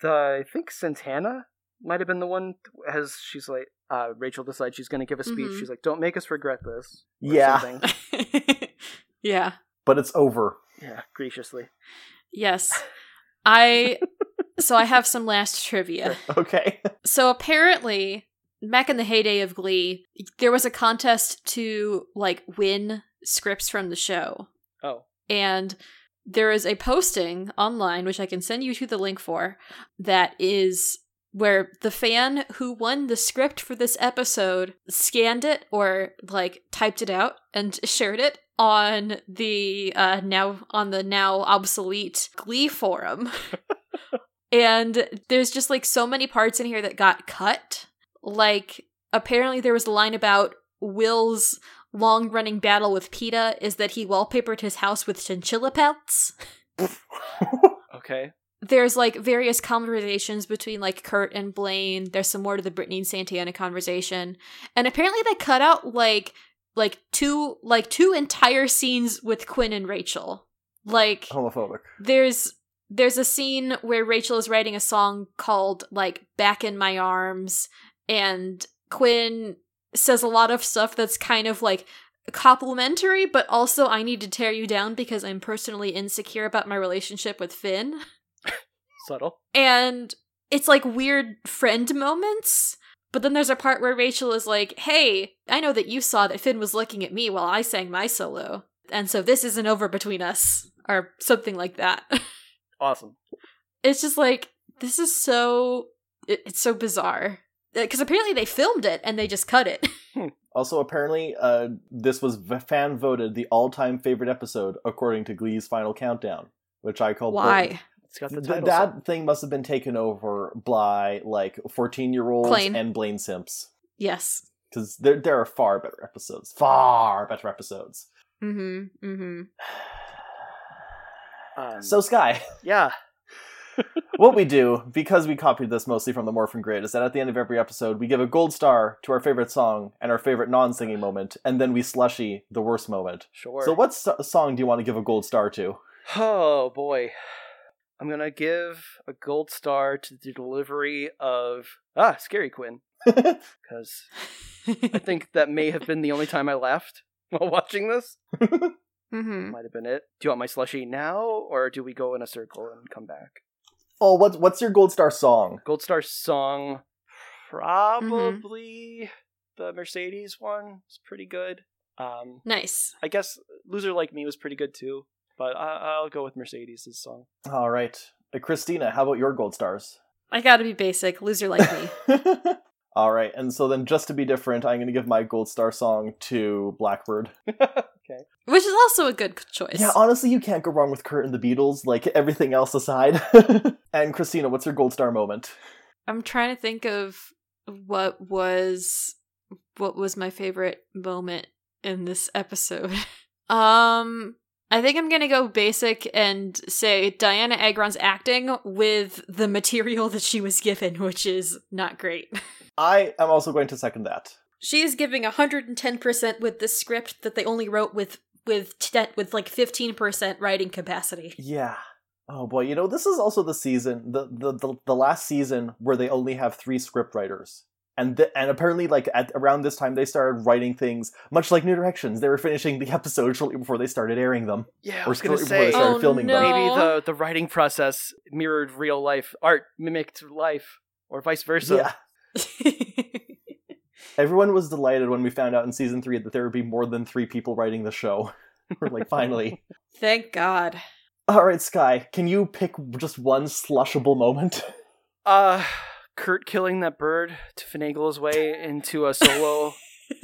The, I think Santana might have been the one as she's like uh, Rachel decides she's going to give a speech.
Mhm.
She's like, "Don't make us regret this." or
Yeah.
something.
yeah.
But it's over.
Yeah. Graciously.
Yes. I so I have some last trivia.
Okay.
So apparently, back in the heyday of Glee, there was a contest to like win scripts from the show.
Oh.
And there is a posting online, which I can send you to the link for, that is where the fan who won the script for this episode scanned it or like typed it out and shared it on the uh now on the now obsolete glee forum and there's just like so many parts in here that got cut like apparently there was a line about will's long running battle with PETA is that he wallpapered his house with chinchilla pelts.
Okay.
There's like various conversations between like Kurt and Blaine. There's some more to the Brittany and Santana conversation. And apparently they cut out like like two like two entire scenes with Quinn and Rachel.
Oh,
Like
Homophobic.
there's there's a scene where Rachel is writing a song called like Back in My Arms and Quinn says a lot of stuff that's kind of like complimentary but also I need to tear you down because I'm personally insecure about my relationship with Finn
Subtle.
and it's like weird friend moments. But then there's a part where Rachel is like, "Hey, I know that you saw that Finn was looking at me while I sang my solo, and so this isn't over between us," or something like that.
Awesome.
it's just like this is so it, it's so bizarre because apparently they filmed it and they just cut it.
Also, apparently, uh, this was v- fan voted the all time favorite episode according to Glee's Final Countdown, which I call
Why?
It's got the
Th-
title.
that
song.
thing must have been taken over by like 14 year olds
Blaine.
and Blaine Simps.
Yes.
Because there, there are far better episodes. Far better episodes.
Mm-hmm. Mm-hmm.
Um,
So, Sky,
yeah.
what we do, because we copied this mostly from the Morphin Grid, is that at the end of every episode, we give a gold star to our favorite song and our favorite non singing moment, and then we slushy the worst moment.
Sure.
So, what so- song do you want to give a gold star to?
Oh boy. I'm gonna give a gold star to the delivery of ah Scary Quinn because I think that may have been the only time I laughed while watching this.
Mm.
mm-hmm.
Might have been it. Do you want my slushy now, or do we go in a circle and come back?
oh, what's what's your gold star song?
Gold star song,
Mm-hmm.
probably the Mercedes one. It's pretty good. Um,
Nice.
I guess Loser Like Me was pretty good too, but I- I'll go with Mercedes' song.
All right, Uh, Christina, how about your gold stars?
I gotta be basic. Loser like me.
All right, and so then just to be different, I'm going to give my gold star song to Blackbird.
Which is also a good choice.
Yeah, honestly, you can't go wrong with Kurt and the Beatles, like everything else aside. and Christina, what's your gold star moment?
I'm trying to think of what was what was my favorite moment in this episode. um I think I'm going to go basic and say Diana Agron's acting with the material that she was given, which is not great.
I am also going to second that.
She is giving 110% with this script that they only wrote with with te- with like 15% writing capacity.
Yeah. Oh boy, you know, this is also the season, the the the, the last season where they only have three script writers. And, the, and apparently, like at around this time, they started writing things much like New Directions. They were finishing the episode shortly before they started airing them,
Yeah, I
or
was gonna
shortly before
say
they started
Oh,
filming
no.
them.
maybe the the writing process mirrored real life, art mimicked life, or vice versa.
yeah, everyone was delighted when we found out in season three that there would be more than three people writing the show. we're like, finally.
Thank God.
All right, Sky, can you pick just one slushable moment?
Uh, Kurt killing that bird to finagle his way into a solo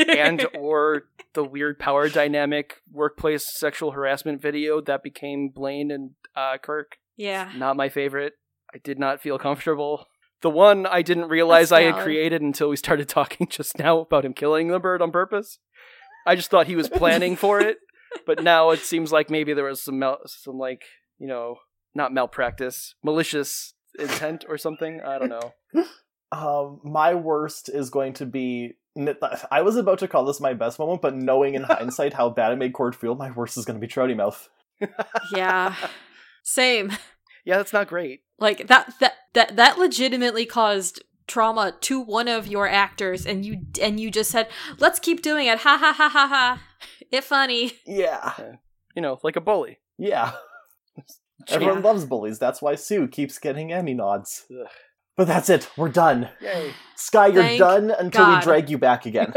and or the weird power dynamic workplace sexual harassment video that became Blaine and uh, Kirk.
yeah.
Not my favorite. I did not feel comfortable. The one I didn't realize I had
valid.
created until we started talking just now about him killing the bird on purpose. I just thought he was planning for it, but now it seems like maybe there was some mal- some like you know not malpractice, malicious intent or something. I don't know.
Um, my worst is going to be. I was about to call this my best moment, but knowing in hindsight how bad it made Cord feel, my worst is going to be Trouty Mouth.
Yeah. Same.
Yeah, that's not great.
Like that that that that legitimately caused trauma to one of your actors and you and you just said, "Let's keep doing it." Ha ha ha ha ha. It funny.
Yeah,
You know, like a bully.
yeah. Everyone loves bullies. That's why Sue keeps getting Emmy nods.
Ugh.
But that's it. We're done.
Yay.
Sky, you're
Thank
done until we
God.
drag you back again.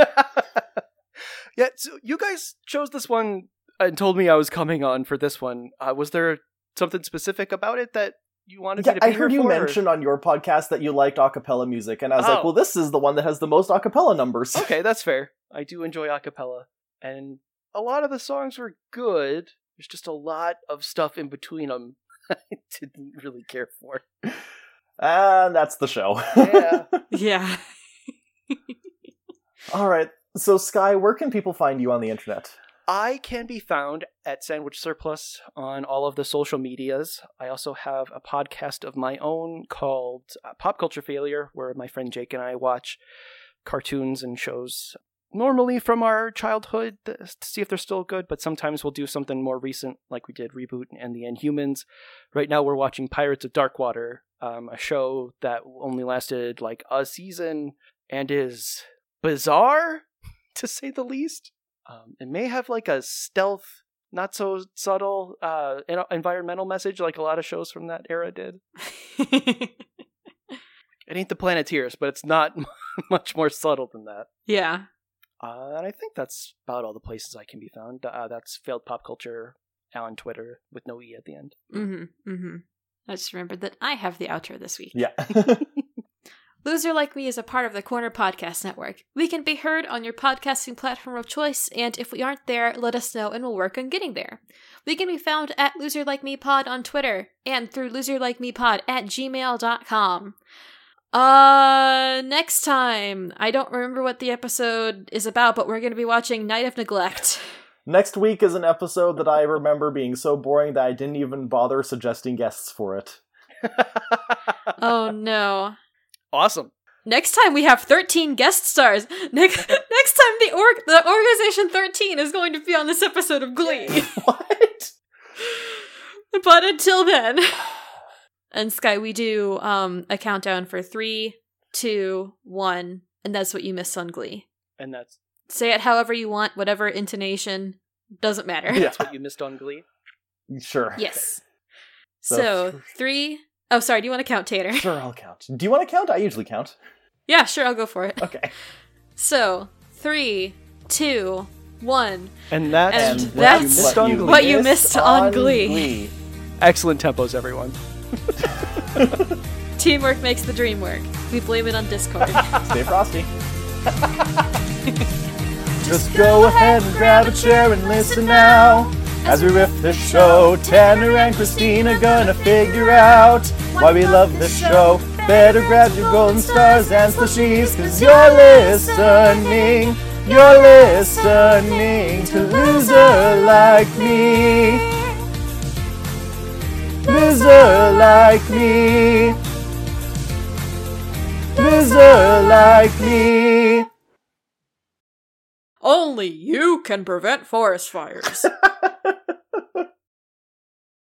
yeah, so you guys chose this one and told me I was coming on for this one. Uh, was there something specific about it that you wanted
yeah,
me to be
I heard
here
you
for?
mention on your podcast that you liked acapella music, and I was like,
Oh.
well, this is the one that has the most acapella numbers.
Okay, that's fair. I do enjoy a cappella, and a lot of the songs were good. There's just a lot of stuff in between them I didn't really care for.
And that's the show.
Yeah.
Yeah.
All right. So, Sky, where can people find you on the internet?
I can be found at Sandwich Surplus on all of the social medias. I also have a podcast of my own called uh, Pop Culture Failure, where my friend Jake and I watch cartoons and shows normally from our childhood th- to see if they're still good, but sometimes we'll do something more recent, like we did Reboot and the Inhumans. Right now, we're watching Pirates of Darkwater, um, a show that only lasted like a season and is bizarre, to say the least. Um, it may have like a stealth, not so subtle uh, en- environmental message, like a lot of shows from that era did. It ain't the Planeteers, but it's not much more subtle than that.
yeah.
Uh, and I think that's about all the places I can be found. Uh, that's failed pop culture on Twitter with no e at the end.
Mhm. Mhm. I just remembered that I have the outro this week.
Yeah.
Loser Like Me is a part of the Corner Podcast Network. We can be heard on your podcasting platform of choice, and if we aren't there, let us know and we'll work on getting there. We can be found at Loser Like Me Pod on Twitter and through loserlikemepod at gmail.com. Uh, next time, I don't remember what the episode is about, but we're going to be watching Night of Neglect.
Next week is an episode that I remember being so boring that I didn't even bother suggesting guests for it.
oh no.
Awesome.
Next time we have 13 guest stars. Next, next time the org the organization 13 is going to be on this episode of Glee.
what?
But until then, And Sky, we do um a countdown for three, two, one, and that's what you miss on Glee.
and that's
Say it however you want, whatever intonation, doesn't matter.
Yeah.
that's what you missed on Glee.
Sure.
Yes.
So-
So three oh sorry, do you want to count Tater?
Sure, I'll count. Do you want to count? I usually count.
yeah, sure, I'll go for it.
Okay.
So three, two, one.
And that's
And
what
that's
you missed on Glee.
what you missed on Glee.
Excellent tempos, everyone.
Teamwork makes the dream work. We blame it on Discord.
Stay frosty. Just go ahead and grab a chair and listen now. As we riff the show, Tanner and Christina gonna figure out why we love this show. Better grab your golden stars and slushies, cause you're listening. You're listening to Loser Like Me. Loser Like Me. Loser Like Me.
Only you can prevent forest fires.